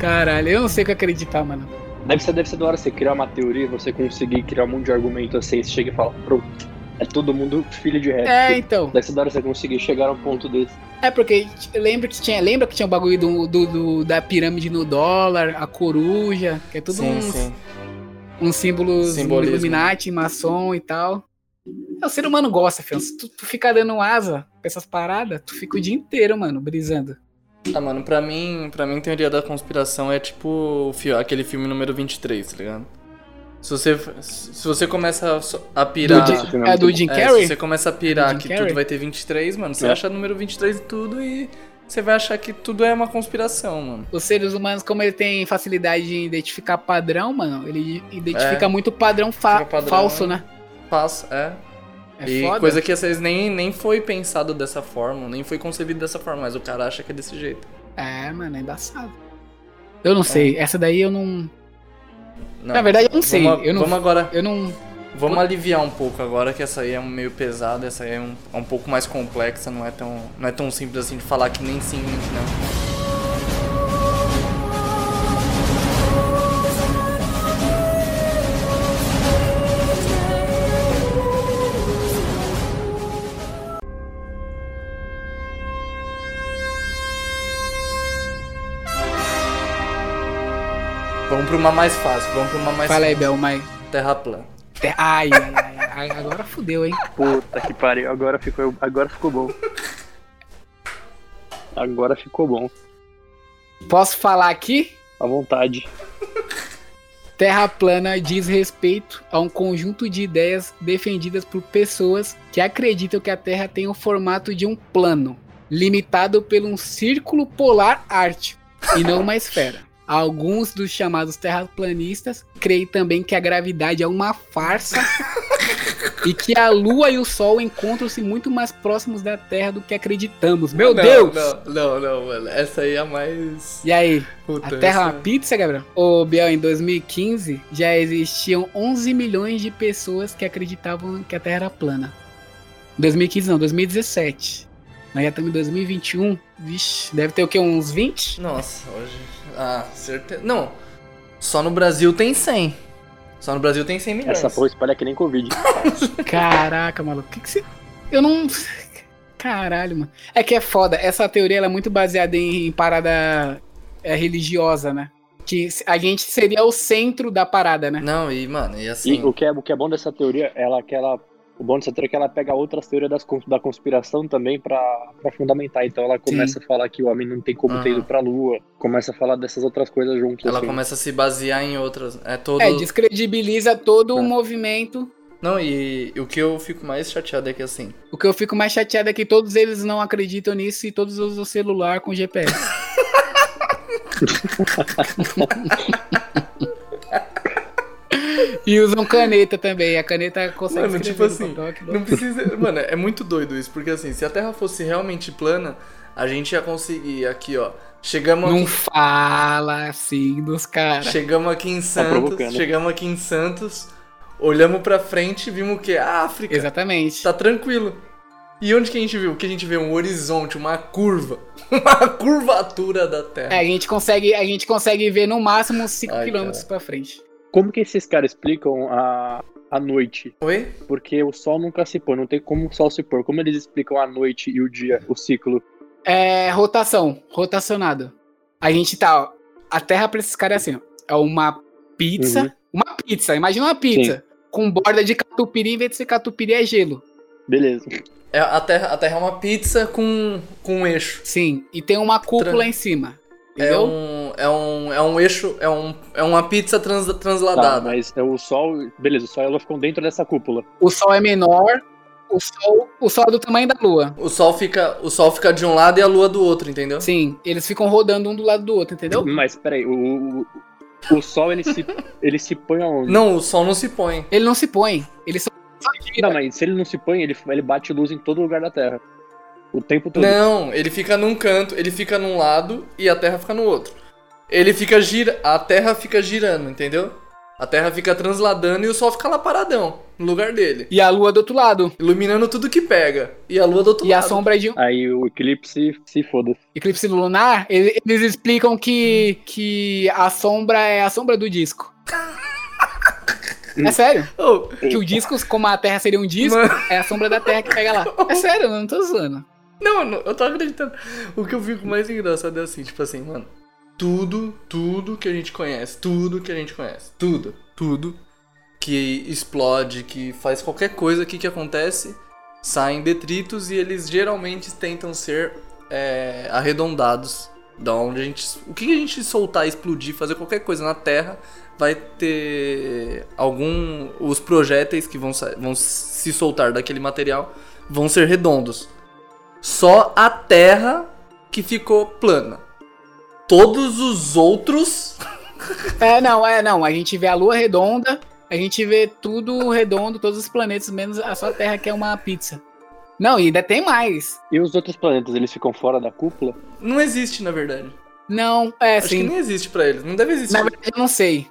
Speaker 1: Caralho, eu não sei o que acreditar, mano.
Speaker 3: Deve ser, deve ser da hora você criar uma teoria, você conseguir criar um monte de argumento assim, você chega e fala, pronto, é todo mundo filho de resto.
Speaker 1: É, então.
Speaker 3: Deve ser da hora você conseguir chegar a um ponto desse.
Speaker 1: É, porque lembra que tinha, lembra que tinha o bagulho do, do- do- da pirâmide no dólar, a coruja, que é tudo
Speaker 2: sim,
Speaker 1: uns,
Speaker 2: sim.
Speaker 1: uns símbolos
Speaker 2: Simbolismo.
Speaker 1: Illuminati, maçom e tal. É, o ser humano gosta, filho. Se tu, tu ficar dando asa pra essas paradas, tu fica o dia inteiro, mano, brisando.
Speaker 2: Ah, mano, pra mim, pra mim, teoria da conspiração é tipo o fi- aquele filme número 23, tá ligado? Se você, se você começa a so- a pirar.
Speaker 1: Do
Speaker 3: esse
Speaker 1: Jim-
Speaker 3: filme é
Speaker 1: é
Speaker 3: muito
Speaker 1: do
Speaker 3: bom.
Speaker 1: Jim
Speaker 2: É,
Speaker 1: Carrey?
Speaker 2: se você começa a pirar
Speaker 1: Do Jim
Speaker 2: que
Speaker 1: Carrey?
Speaker 2: tudo vai ter 23, mano, você
Speaker 3: É.
Speaker 2: acha número 23 e tudo e você vai achar que tudo é uma conspiração, mano.
Speaker 1: Os seres humanos, como ele tem facilidade de identificar padrão, mano, ele identifica
Speaker 2: É.
Speaker 1: muito padrão, fa-
Speaker 2: Fica padrão.
Speaker 1: falso, né?
Speaker 2: Passa, é.
Speaker 1: É
Speaker 2: e
Speaker 1: foda.
Speaker 2: coisa que às vezes nem, nem foi pensado dessa forma, nem foi concebido dessa forma, mas o cara acha que é desse jeito.
Speaker 1: É, mano, é embaçado. Eu
Speaker 2: É.
Speaker 1: não sei, essa daí eu não.
Speaker 2: Não.
Speaker 1: Na verdade, eu não sei.
Speaker 2: Vamos, a-
Speaker 1: eu não.
Speaker 2: vamos agora,
Speaker 1: Eu não.
Speaker 2: vamos aliviar um pouco agora que essa aí é meio pesada, essa aí é um, é um pouco mais complexa, não é tão não é tão simples assim de falar que nem sim, nem não. Vamos pra uma mais fácil, vamos pra uma mais
Speaker 1: Fala aí,
Speaker 2: fácil.
Speaker 1: Bel, mas.
Speaker 2: Terra plana.
Speaker 1: Te- Ai, ai, ai, ai, agora fudeu, hein?
Speaker 3: Puta que pariu, agora ficou, agora ficou bom. Agora ficou bom.
Speaker 1: Posso falar aqui?
Speaker 3: À vontade.
Speaker 1: Terra plana diz respeito a um conjunto de ideias defendidas por pessoas que acreditam que a Terra tem o formato de um plano, limitado por um círculo polar ártico e não uma esfera. Alguns dos chamados terraplanistas creem também que a gravidade é uma farsa e que a Lua e o Sol encontram-se muito mais próximos da Terra do que acreditamos. Meu Deus!
Speaker 2: Não, não, não, mano. Essa aí é a mais.
Speaker 1: E aí,
Speaker 2: Puta,
Speaker 1: a Terra é uma
Speaker 2: essa-
Speaker 1: pizza, Gabriel? Ô, Biel, em 2015 já existiam 11 milhões de pessoas que acreditavam que a Terra era plana. 2015 não, 2017. Nós já estamos em 2021. Vixe, deve ter o quê? Uns
Speaker 2: (laughs)
Speaker 1: 20?
Speaker 2: Nossa, hoje. Ah, certeza. Não. Só no Brasil tem 100. Só no Brasil tem 100
Speaker 1: é
Speaker 2: milhões.
Speaker 3: Essa porra espalha que nem Covid.
Speaker 1: Caraca, maluco. O que que você... Eu não... Caralho, mano. É que é foda. Essa teoria ela é muito baseada em, em parada é, religiosa, né? Que a gente seria o centro da parada, né?
Speaker 2: Não, e, mano, e assim.
Speaker 3: E o que, é, o que é bom dessa teoria, ela que ela. O bom dessa teoria é que ela pega outras teorias das cons- da conspiração também pra, pra fundamentar. Então ela começa a falar que o homem não tem como ter
Speaker 2: Aham.
Speaker 3: ido pra lua. Começa a falar dessas outras coisas juntos.
Speaker 2: Ela
Speaker 3: assim.
Speaker 2: começa a se basear em outras. É todo.
Speaker 1: É, descredibiliza todo o
Speaker 2: É.
Speaker 1: movimento.
Speaker 2: Não, e, e o que eu fico mais chateado é que assim.
Speaker 1: O que eu fico mais chateado é que todos eles não acreditam nisso e todos usam o celular com GPS. e usam caneta também. A caneta consegue
Speaker 2: Mano, tipo
Speaker 1: escrever no papel,
Speaker 2: assim,
Speaker 1: que louco.
Speaker 2: (laughs) Não precisa. Mano, é muito doido isso, porque assim, se a Terra fosse realmente plana, a gente ia conseguir aqui, ó. Chegamos
Speaker 1: Não
Speaker 2: aqui,
Speaker 1: fala assim dos caras.
Speaker 2: chegamos aqui em Santos,
Speaker 3: Tá provocando.
Speaker 2: chegamos aqui em Santos, olhamos pra frente e vimos o quê? A África.
Speaker 1: Exatamente.
Speaker 2: Tá tranquilo. E onde que a gente viu? O que a gente vê? Um horizonte, uma curva. (laughs) Uma curvatura da Terra.
Speaker 1: É, a gente consegue, a gente consegue ver no máximo 5
Speaker 2: Ai,
Speaker 1: km pra frente.
Speaker 3: Como que esses caras explicam a, a noite?
Speaker 2: Oi?
Speaker 3: Porque o sol nunca se põe, não tem como o sol se pôr. Como eles explicam a noite e o dia, o ciclo?
Speaker 1: É rotação, rotacionado. A gente tá, ó, a Terra pra esses caras é assim, ó, é uma pizza,
Speaker 3: Uhum.
Speaker 1: uma pizza, imagina uma pizza com borda de catupiry, em vez de ser catupiry é gelo.
Speaker 3: Beleza.
Speaker 2: É, a, terra, a Terra é uma pizza com, com um eixo.
Speaker 1: Sim, e tem uma cúpula
Speaker 2: Tran-
Speaker 1: em cima.
Speaker 2: É
Speaker 1: Entendeu?
Speaker 2: um, é, um, é um eixo, é, um, é uma pizza trans,
Speaker 3: Tá,
Speaker 2: transladada.
Speaker 3: mas é o sol. Beleza, o sol e a lua ficam dentro dessa cúpula.
Speaker 1: O sol é menor, o sol, o sol é do tamanho da lua.
Speaker 2: O sol fica, o sol fica de um lado e a lua do outro, entendeu?
Speaker 1: Sim, eles ficam rodando um do lado do outro, entendeu?
Speaker 3: Mas peraí, o, o, o sol ele se, ele se põe aonde?
Speaker 2: Não, o sol não se põe.
Speaker 1: Ele não se põe, ele só, só gira.
Speaker 3: Não, mas se ele não se põe, ele, ele bate luz em todo lugar da Terra. O tempo todo.
Speaker 2: Não, ele fica num canto, ele fica num lado e a Terra fica no outro. Ele fica gira, a Terra fica girando, entendeu? A Terra fica transladando e o sol fica lá paradão, no lugar dele,
Speaker 1: E a lua do outro lado.
Speaker 2: iluminando tudo que pega. E a lua do outro
Speaker 1: E a
Speaker 2: lado.
Speaker 1: sombra de um
Speaker 3: Aí o eclipse se foda.
Speaker 1: eclipse lunar, ele- eles explicam que, que a sombra é a sombra do disco. É sério.
Speaker 2: Ô,
Speaker 1: Que o disco, como a Terra seria um disco,
Speaker 2: mano,
Speaker 1: é a sombra da Terra que pega lá. É sério, eu não tô zoando.
Speaker 2: não, não, eu tô acreditando. O que eu fico mais engraçado é assim, tipo assim, mano, tudo, tudo que a gente conhece, tudo que a gente conhece, tudo, tudo que explode, que faz qualquer coisa aqui que acontece, saem detritos e eles geralmente tentam ser é, arredondados. Da onde a gente, o que a gente soltar, explodir, fazer qualquer coisa na Terra, vai ter algum, os projéteis que vão, sa- vão se soltar daquele material vão ser redondos. Só a Terra que ficou plana. Todos os outros
Speaker 1: É, não, é, não. A gente vê a lua redonda, a gente vê tudo redondo, todos os planetas, menos a sua Terra, que é uma pizza. Não, e ainda tem mais.
Speaker 3: E os outros planetas, eles ficam fora da cúpula?
Speaker 2: não existe, na verdade.
Speaker 1: Não, é
Speaker 2: Acho que
Speaker 1: sim.
Speaker 2: nem existe pra eles. Não deve existir.
Speaker 1: Na verdade, eu não sei.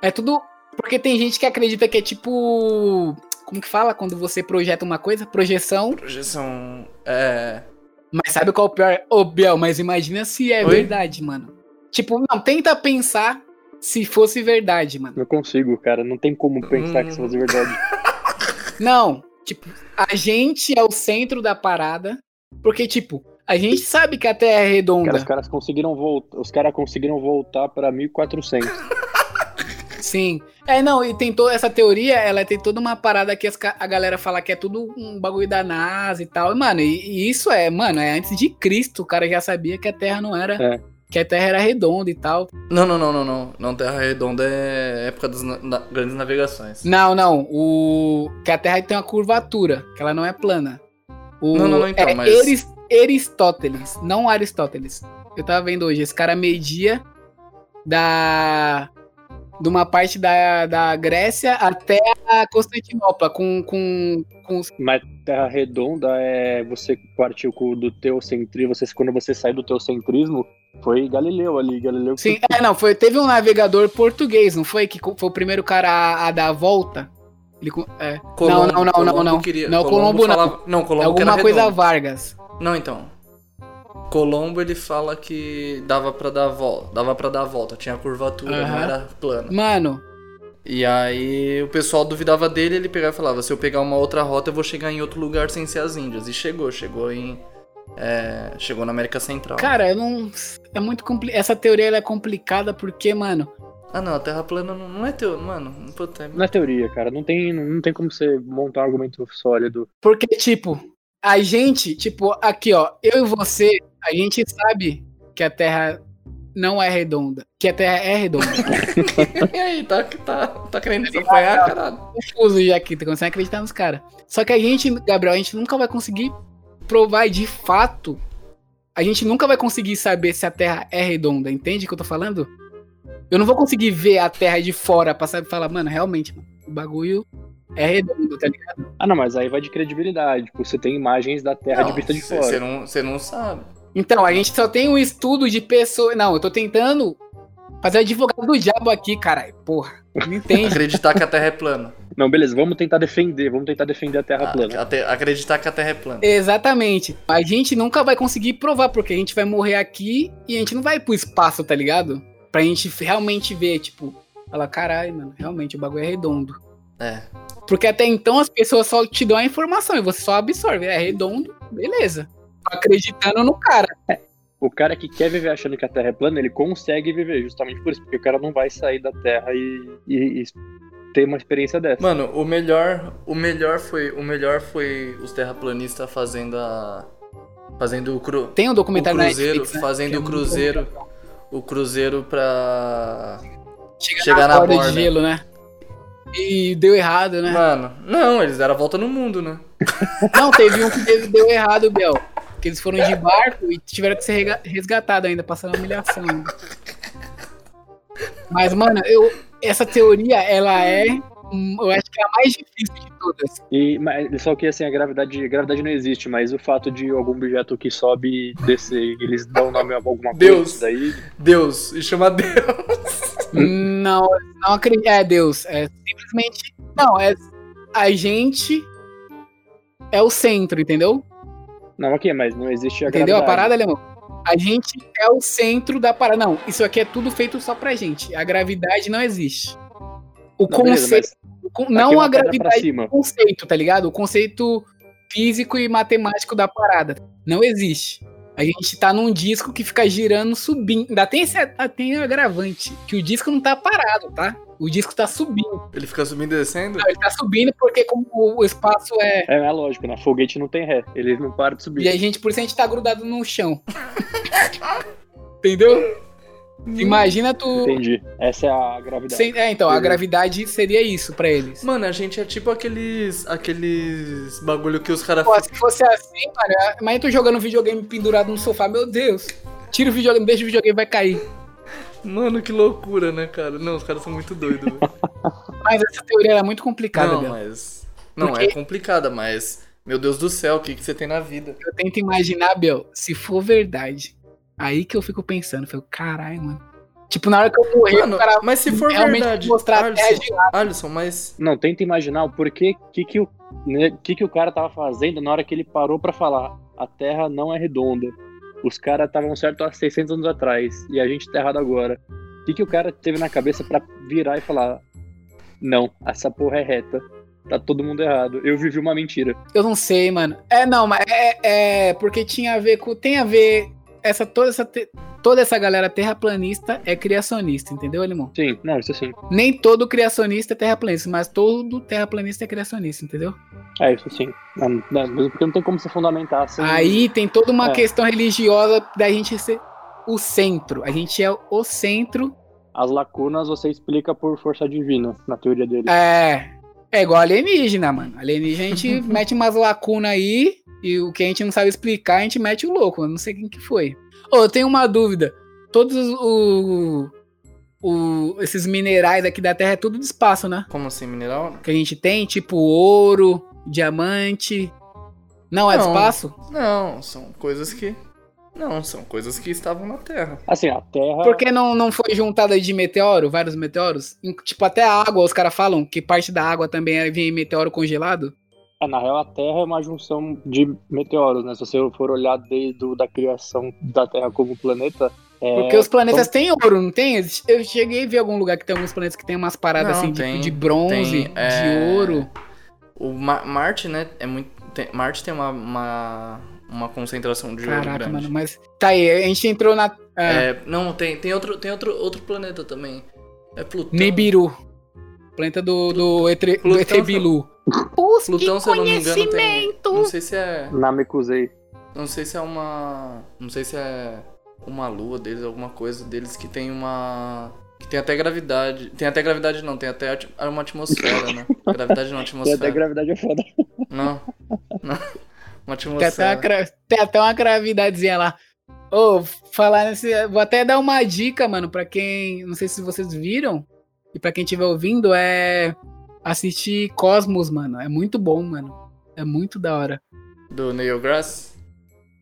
Speaker 1: É tudo. Porque tem gente que acredita que é tipo. Como que fala quando você projeta uma coisa? Projeção.
Speaker 2: Projeção. É.
Speaker 1: Mas sabe qual é o pior? Ô, Biel, mas imagina se é
Speaker 2: Oi?
Speaker 1: verdade, mano. Tipo, não, tenta pensar se fosse verdade, mano.
Speaker 3: Não consigo, cara. Não tem como pensar que isso fosse verdade.
Speaker 1: Não, tipo, a gente é o centro da parada, porque, tipo, a gente sabe que a Terra é
Speaker 3: Cara, os
Speaker 1: redonda.
Speaker 3: caras conseguiram voltar. Os caras conseguiram voltar pra 1400.
Speaker 1: Sim. É, não, e tem toda essa teoria, ela tem toda uma parada que as ca- a galera fala que é tudo um bagulho da NASA e tal. E, Mano, e, e isso é, mano, é antes de Cristo, o cara já sabia que a Terra não era.
Speaker 3: É.
Speaker 1: Que a Terra era redonda e tal.
Speaker 2: Não, não, não, não, não. Não, Terra Redonda é época das na- na- grandes navegações.
Speaker 1: Não, não. O. Que a Terra tem uma curvatura, que ela não é plana. O-
Speaker 2: Não, não, não, então,
Speaker 1: é
Speaker 2: mas-
Speaker 1: Eris- Aristóteles, não Aristóteles. Eu tava vendo hoje, esse cara media da. de uma parte da, da Grécia até a Constantinopla, com, com, com
Speaker 3: Mas terra redonda é você partiu com- do teocentrismo, você, quando você sai do teocentrismo, foi Galileu ali, Galileu que
Speaker 1: Sim, é, não, foi, teve um navegador português, não foi? Que co- foi o primeiro cara a, a dar a volta? Ele, co- é,
Speaker 2: Colombo-
Speaker 1: não, não,
Speaker 2: Colombo
Speaker 1: não, não.
Speaker 2: queria-
Speaker 1: Não, Colombo não.
Speaker 2: falava- não. Colombo
Speaker 1: é
Speaker 2: que era
Speaker 1: alguma coisa
Speaker 2: redondo.
Speaker 1: Vargas.
Speaker 2: Não, então. Colombo ele fala que dava pra dar a volta, dava para dar a volta, tinha curvatura, não
Speaker 1: Aham.
Speaker 2: era plana.
Speaker 1: Mano,
Speaker 2: E aí o pessoal duvidava dele, ele pegava e falava: se eu pegar uma outra rota, eu vou chegar em outro lugar sem ser as Índias. E chegou, chegou em é, chegou na América Central.
Speaker 1: cara, eu não. É muito compli Essa teoria ela é complicada porque, mano.
Speaker 2: Ah, não, a Terra plana não, não é teu, mano. Puta, é-
Speaker 3: Na teoria, cara, não tem, não tem como você montar um argumento sólido.
Speaker 1: Porque, tipo, a gente, tipo, aqui, ó, eu e você, a gente sabe que a Terra não é redonda. Que a Terra é redonda.
Speaker 2: (laughs) E aí, tá, tá, tá querendo desapanhar, caralho?
Speaker 1: confuso já aqui, tô começando a acreditar nos caras. Só que a gente, Gabriel, a gente nunca vai conseguir provar de fato. A gente nunca vai conseguir saber se a Terra é redonda, entende o que eu tô falando? Eu não vou conseguir ver a Terra de fora pra saber falar, mano, realmente, mano, o bagulho é redondo, tá ligado?
Speaker 3: Ah, não, mas aí vai de credibilidade. Tipo, você tem imagens da Terra É de vista de fora.
Speaker 2: Você não, cê não sabe.
Speaker 1: Então, a gente só tem um estudo de pessoas. Não, eu tô tentando fazer o advogado do diabo aqui, caralho. Porra, não
Speaker 2: (laughs)
Speaker 1: entende.
Speaker 2: Acreditar que a Terra é plana.
Speaker 3: Não, beleza, vamos tentar defender, vamos tentar defender a (laughs) Terra plana.
Speaker 2: A- a te- acreditar que a Terra é plana.
Speaker 1: Exatamente. A gente nunca vai conseguir provar, porque a gente vai morrer aqui e a gente não vai pro espaço, tá ligado? Pra gente realmente ver, tipo, falar, caralho, mano, realmente o bagulho é redondo.
Speaker 2: É.
Speaker 1: Porque até então as pessoas só te dão a informação e você só absorve. É redondo, beleza. Tô acreditando no cara.
Speaker 3: O cara que quer viver achando que a Terra é plana, ele consegue viver justamente por isso, porque o cara não vai sair da Terra e, e- e ter uma experiência dessa.
Speaker 2: Mano, o melhor, o melhor foi, o melhor foi os terraplanistas fazendo a fazendo o, cru,
Speaker 1: Tem um
Speaker 2: o
Speaker 1: documentário na
Speaker 2: cruzeiro,
Speaker 1: Netflix, né?
Speaker 2: fazendo
Speaker 1: Que é
Speaker 2: o
Speaker 1: muito
Speaker 2: cruzeiro, o cruzeiro pra
Speaker 1: Chega,
Speaker 2: chegar
Speaker 1: na,
Speaker 2: na
Speaker 1: borda,
Speaker 2: borda.
Speaker 1: de gelo, né? E deu errado,
Speaker 2: (laughs)
Speaker 1: né?
Speaker 2: Mano, não, eles deram a volta no mundo, né?
Speaker 1: Não, teve um que deu, deu errado, Bel. Que eles foram de barco e tiveram que ser rega- resgatado ainda, passando humilhação. ainda. Mas, mano, eu, essa teoria, ela é. hum, Eu acho que é a mais difícil de todas.
Speaker 3: E, mas, só que assim, a gravidade, gravidade não existe, mas o fato de algum objeto que sobe e descer, eles dão nome a alguma coisa
Speaker 2: Deus.
Speaker 3: isso daí.
Speaker 2: Deus, e chama Deus. (laughs)
Speaker 1: Não, não acredito. É, Deus. É simplesmente. Não, é. A gente é o centro, entendeu?
Speaker 3: Não, ok, mas não existe a
Speaker 1: Entendeu a
Speaker 3: gravidade.
Speaker 1: parada, Alemão? A gente é o centro da parada. Não, isso aqui é tudo feito só pra gente. A gravidade não existe. O
Speaker 3: Não, beleza,
Speaker 1: conceito.
Speaker 3: mas
Speaker 1: O con-
Speaker 3: aqui é
Speaker 1: não
Speaker 3: uma
Speaker 1: a
Speaker 3: pedra pra
Speaker 1: gravidade,
Speaker 3: cima.
Speaker 1: o conceito, tá ligado? O conceito físico e matemático da parada. Não existe. A gente tá num disco que fica girando, subindo. Ainda tem esse ainda tem o agravante, que o disco não tá parado, tá? O disco tá subindo.
Speaker 2: Ele fica subindo e descendo?
Speaker 1: Não, ele tá subindo porque como o espaço é...
Speaker 3: É, é lógico, né? Foguete não tem ré, eles não param de subir.
Speaker 1: E a gente, por isso a gente tá grudado no chão. (laughs) Entendeu? Imagina tu...
Speaker 3: Entendi. Essa é a gravidade.
Speaker 1: sem- É, então, a gravidade seria isso pra eles.
Speaker 2: Mano, a gente é tipo aqueles aqueles bagulho que os caras
Speaker 1: Pô, se fosse assim, cara, mas eu tô jogando videogame pendurado no sofá, meu Deus. Tira o videogame, deixa o videogame, vai cair.
Speaker 2: Mano, que loucura, né, cara? Não, os caras são muito doidos. velho.
Speaker 1: Mas essa teoria ela é muito complicada,
Speaker 2: não,
Speaker 1: Bel.
Speaker 2: mas não
Speaker 1: Porque-
Speaker 2: é complicada, mas meu Deus do céu, o que que você tem na vida?
Speaker 1: Eu tento imaginar, Bel, se for verdade. Aí que eu fico pensando, eu fico, caralho, mano. Tipo, na hora que eu morrer,
Speaker 2: Mano,
Speaker 1: o cara
Speaker 2: mas se for
Speaker 1: realmente
Speaker 2: verdade,
Speaker 1: mostrar a terra
Speaker 2: Alisson,
Speaker 1: de lá.
Speaker 2: Alisson, mas
Speaker 3: Não, tenta imaginar o porquê que que o né, que, que o cara tava fazendo na hora que ele parou pra falar a Terra não é redonda. Os caras estavam certo há 600 anos atrás e a gente tá errado agora. O que, que o cara teve na cabeça pra virar e falar não, essa porra é reta. Tá todo mundo errado. Eu vivi uma mentira.
Speaker 1: Eu não sei, mano. É, não, mas é, é porque tinha a ver com. Tem a ver. Essa, toda, essa, te- toda essa galera terraplanista é criacionista, entendeu, Limão?
Speaker 3: Sim, não, isso sim.
Speaker 1: Nem todo criacionista é terraplanista, mas todo terraplanista é criacionista, entendeu?
Speaker 3: É, isso sim. Não, não, mesmo porque não tem como se fundamentar assim.
Speaker 1: Aí tem toda uma
Speaker 3: É.
Speaker 1: questão religiosa da gente ser o centro. A gente é o centro.
Speaker 3: As lacunas você explica por força divina, na teoria dele.
Speaker 1: É. É igual alienígena, mano. Alienígena a gente mete umas lacunas aí e o que a gente não sabe explicar, a gente mete o louco. Eu não sei quem que foi. Ô, eu tenho uma dúvida. Todos os, o- o- esses minerais aqui da Terra é tudo de espaço, né?
Speaker 2: Como assim, mineral?
Speaker 1: Que a gente tem, tipo ouro, diamante. Não, é de
Speaker 2: Não.
Speaker 1: espaço?
Speaker 2: Não, são coisas que. Não, são coisas que estavam na Terra.
Speaker 3: Assim, a Terra.
Speaker 1: Por que não, não foi juntada de meteoro, vários meteoros? Em- Tipo, até a água, os caras falam que parte da água também é- vem em meteoro congelado.
Speaker 3: É, na real, a Terra é uma junção de meteoros, né? Se você for olhar desde o- da criação da Terra como planeta. É,
Speaker 1: Porque os planetas têm ouro, não tem? Eu cheguei a ver algum lugar que tem alguns planetas que tem umas paradas
Speaker 2: Não,
Speaker 1: assim, de-
Speaker 2: tem-
Speaker 1: de, bronze,
Speaker 2: tem, é,
Speaker 1: de ouro.
Speaker 2: O Ma- Marte, né? É muito. tem- Marte tem uma, uma, uma concentração de ouro
Speaker 1: Caraca,
Speaker 2: grande.
Speaker 1: mano, mas. Tá aí, a gente entrou na. É,
Speaker 2: É, não, tem, tem, outro, tem outro, outro planeta também. É Plutão.
Speaker 1: Nibiru. Planeta do, do, Etre, do
Speaker 2: Plutão-
Speaker 1: Etebilu.
Speaker 2: Plutão, se eu não me engano, tem. Não sei se é.
Speaker 3: Namekusei.
Speaker 2: Não sei se é uma. Não sei se é uma lua deles, alguma coisa deles que tem uma. Que tem até gravidade. Tem até gravidade não, tem até ati- uma atmosfera, né? Gravidade não,
Speaker 3: E até
Speaker 2: atmosfera.
Speaker 3: gravidade é foda.
Speaker 2: Não. Não. (laughs) Uma
Speaker 1: Tem até, uma,
Speaker 2: atmosfera.
Speaker 1: gra- tem até uma gravidadezinha lá. Ô, falar nesse. Vou até dar uma dica, mano, pra quem. Não sei se vocês viram. E pra quem estiver ouvindo, é. Assistir Cosmos, mano. É muito bom, mano. É muito da hora.
Speaker 2: Do Neil Grass.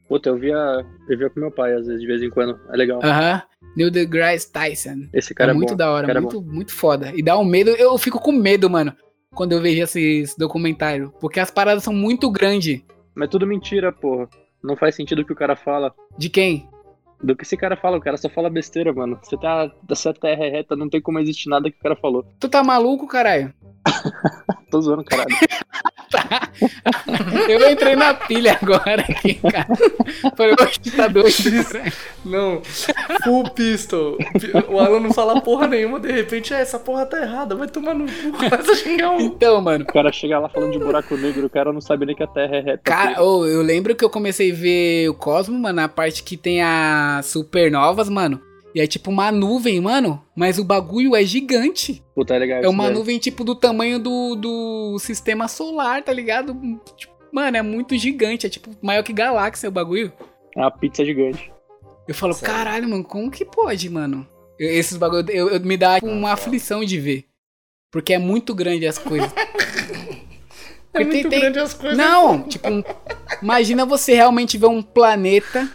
Speaker 3: Puta, eu via, eu via com meu pai, às vezes, de vez em quando. É legal.
Speaker 1: Aham. Neil deGrasse Tyson.
Speaker 3: Esse cara
Speaker 1: é
Speaker 3: é,
Speaker 1: muito
Speaker 3: bom.
Speaker 1: da hora,
Speaker 3: cara é
Speaker 1: muito, muito foda. E dá um medo, eu fico com medo, mano, quando eu vejo esses documentários. Porque as paradas são muito grandes.
Speaker 3: Mas é tudo mentira, porra. Não faz sentido o que o cara fala.
Speaker 1: De quem?
Speaker 3: Do que esse cara fala, o cara só fala besteira, mano. Você tá. Essa terra é reta, não tem como existir nada que o cara falou.
Speaker 1: Tu tá maluco, caralho?
Speaker 3: Tô zoando, caralho.
Speaker 1: Tá. Eu entrei na pilha agora aqui, cara. Falei, oxe, tá doido. caralho."
Speaker 2: Não. Full pistol. O Alan não fala porra nenhuma, de repente, é, essa porra tá errada, vai tomar no cu, (laughs) começa a xingar um.
Speaker 1: Então, mano,
Speaker 3: O cara chega lá falando de buraco negro, o cara não sabe nem que a terra é reta.
Speaker 1: cara, ô, eu lembro que eu comecei a ver o Cosmo, mano, na parte que tem as supernovas, mano. E é tipo uma nuvem, mano. Mas o bagulho é gigante.
Speaker 3: Puta, é legal
Speaker 1: É
Speaker 3: isso
Speaker 1: uma
Speaker 3: daí.
Speaker 1: nuvem, tipo, do tamanho do, do sistema solar, tá ligado? Tipo, mano, é muito gigante. É, tipo, maior que galáxia o bagulho.
Speaker 3: É uma pizza gigante.
Speaker 1: Eu falo,
Speaker 2: Sério?
Speaker 1: caralho, mano, como que pode, mano? Eu- esses bagulho, eu, eu- me dá tipo, uma
Speaker 2: foda.
Speaker 1: aflição de ver. Porque é muito grande as coisas.
Speaker 2: É
Speaker 1: Porque
Speaker 2: muito
Speaker 1: tem-
Speaker 2: grande as coisas.
Speaker 1: Não, tipo, um- imagina você realmente ver um planeta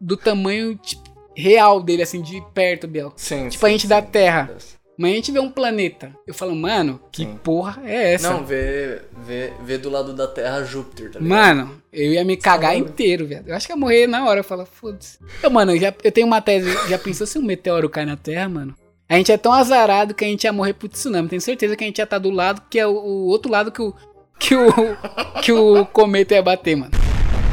Speaker 1: do tamanho tipo, real dele, assim, de perto, Biel.
Speaker 2: Sim,
Speaker 1: Tipo, a gente da Terra.
Speaker 2: Deus.
Speaker 1: Mas a gente vê um planeta. Eu falo, mano, que
Speaker 2: Sim.
Speaker 1: porra é essa?
Speaker 2: Não, vê, vê, vê do lado da Terra Júpiter, tá ligado?
Speaker 1: Mano, eu ia me cagar
Speaker 2: Sério?
Speaker 1: inteiro, velho. Eu acho que ia morrer na hora. Eu falo, foda-se. Eu, mano, eu já, eu tenho uma tese. Já pensou se um meteoro cai na Terra, mano? A gente é tão azarado que a gente ia morrer por tsunami. Tenho certeza que a gente ia estar do lado, que é o, o outro lado que o, que o. que o cometa ia bater, mano.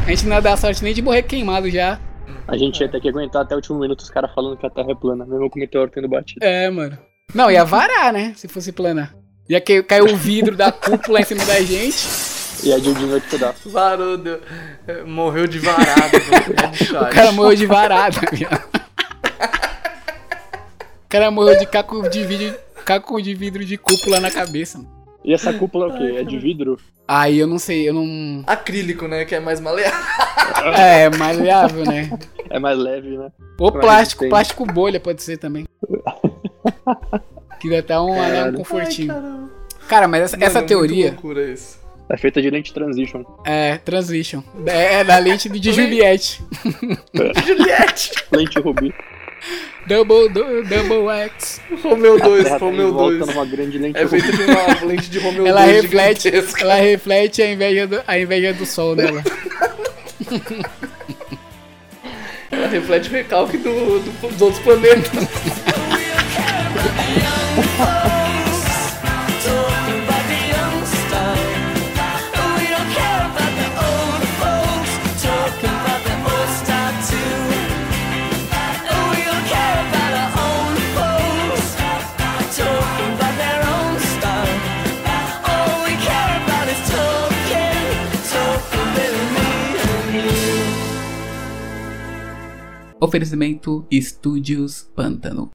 Speaker 1: A gente não ia dar sorte nem de morrer queimado já.
Speaker 3: A gente ia ter que aguentar até o último minuto os caras falando que a terra é plana, mesmo com o meteoro tendo batido.
Speaker 1: É, mano. Não, ia varar, né? Se fosse plana. Ia que, caiu o vidro da cúpula em cima da gente.
Speaker 3: E a Dildinho vai te pedaços.
Speaker 2: Varou, deu- é, morreu de (laughs) varado. né, de
Speaker 1: O
Speaker 2: chave.
Speaker 1: cara morreu de varada, viado. O cara morreu de caco de vidro, caco de vidro de cúpula na cabeça. mano.
Speaker 3: E essa cúpula é o quê? É de vidro?
Speaker 1: Aí eu não sei, eu não.
Speaker 2: Acrílico, né? Que é mais maleável.
Speaker 1: É, maleável, né?
Speaker 3: É mais leve, né?
Speaker 1: Ou
Speaker 3: Mas
Speaker 1: plástico,
Speaker 3: tem.
Speaker 1: plástico bolha pode ser também. Que dá até um, né, um
Speaker 3: Caralho.
Speaker 1: confortinho.
Speaker 2: Mano,
Speaker 1: cara, mas essa, essa
Speaker 2: é muito
Speaker 1: teoria
Speaker 2: loucura isso.
Speaker 3: É feita de lente transition.
Speaker 1: é transition. É, é da lente de Juliette.
Speaker 2: Juliette!
Speaker 3: Lente rubi.
Speaker 1: Double, do- double X.
Speaker 2: Romeu
Speaker 3: A
Speaker 2: 2,
Speaker 3: terra tá em
Speaker 2: Romeu
Speaker 3: volta
Speaker 2: 2.
Speaker 3: numa grande lente
Speaker 2: É
Speaker 3: rubi.
Speaker 2: feito de uma lente de Romeu 2
Speaker 1: Ela reflete,
Speaker 2: gigantesca.
Speaker 1: ela reflete a inveja do, a inveja do sol dela.
Speaker 2: Ela reflete o recalque do, do- dos outros planetas.
Speaker 1: Oferecimento Estúdios Pântano.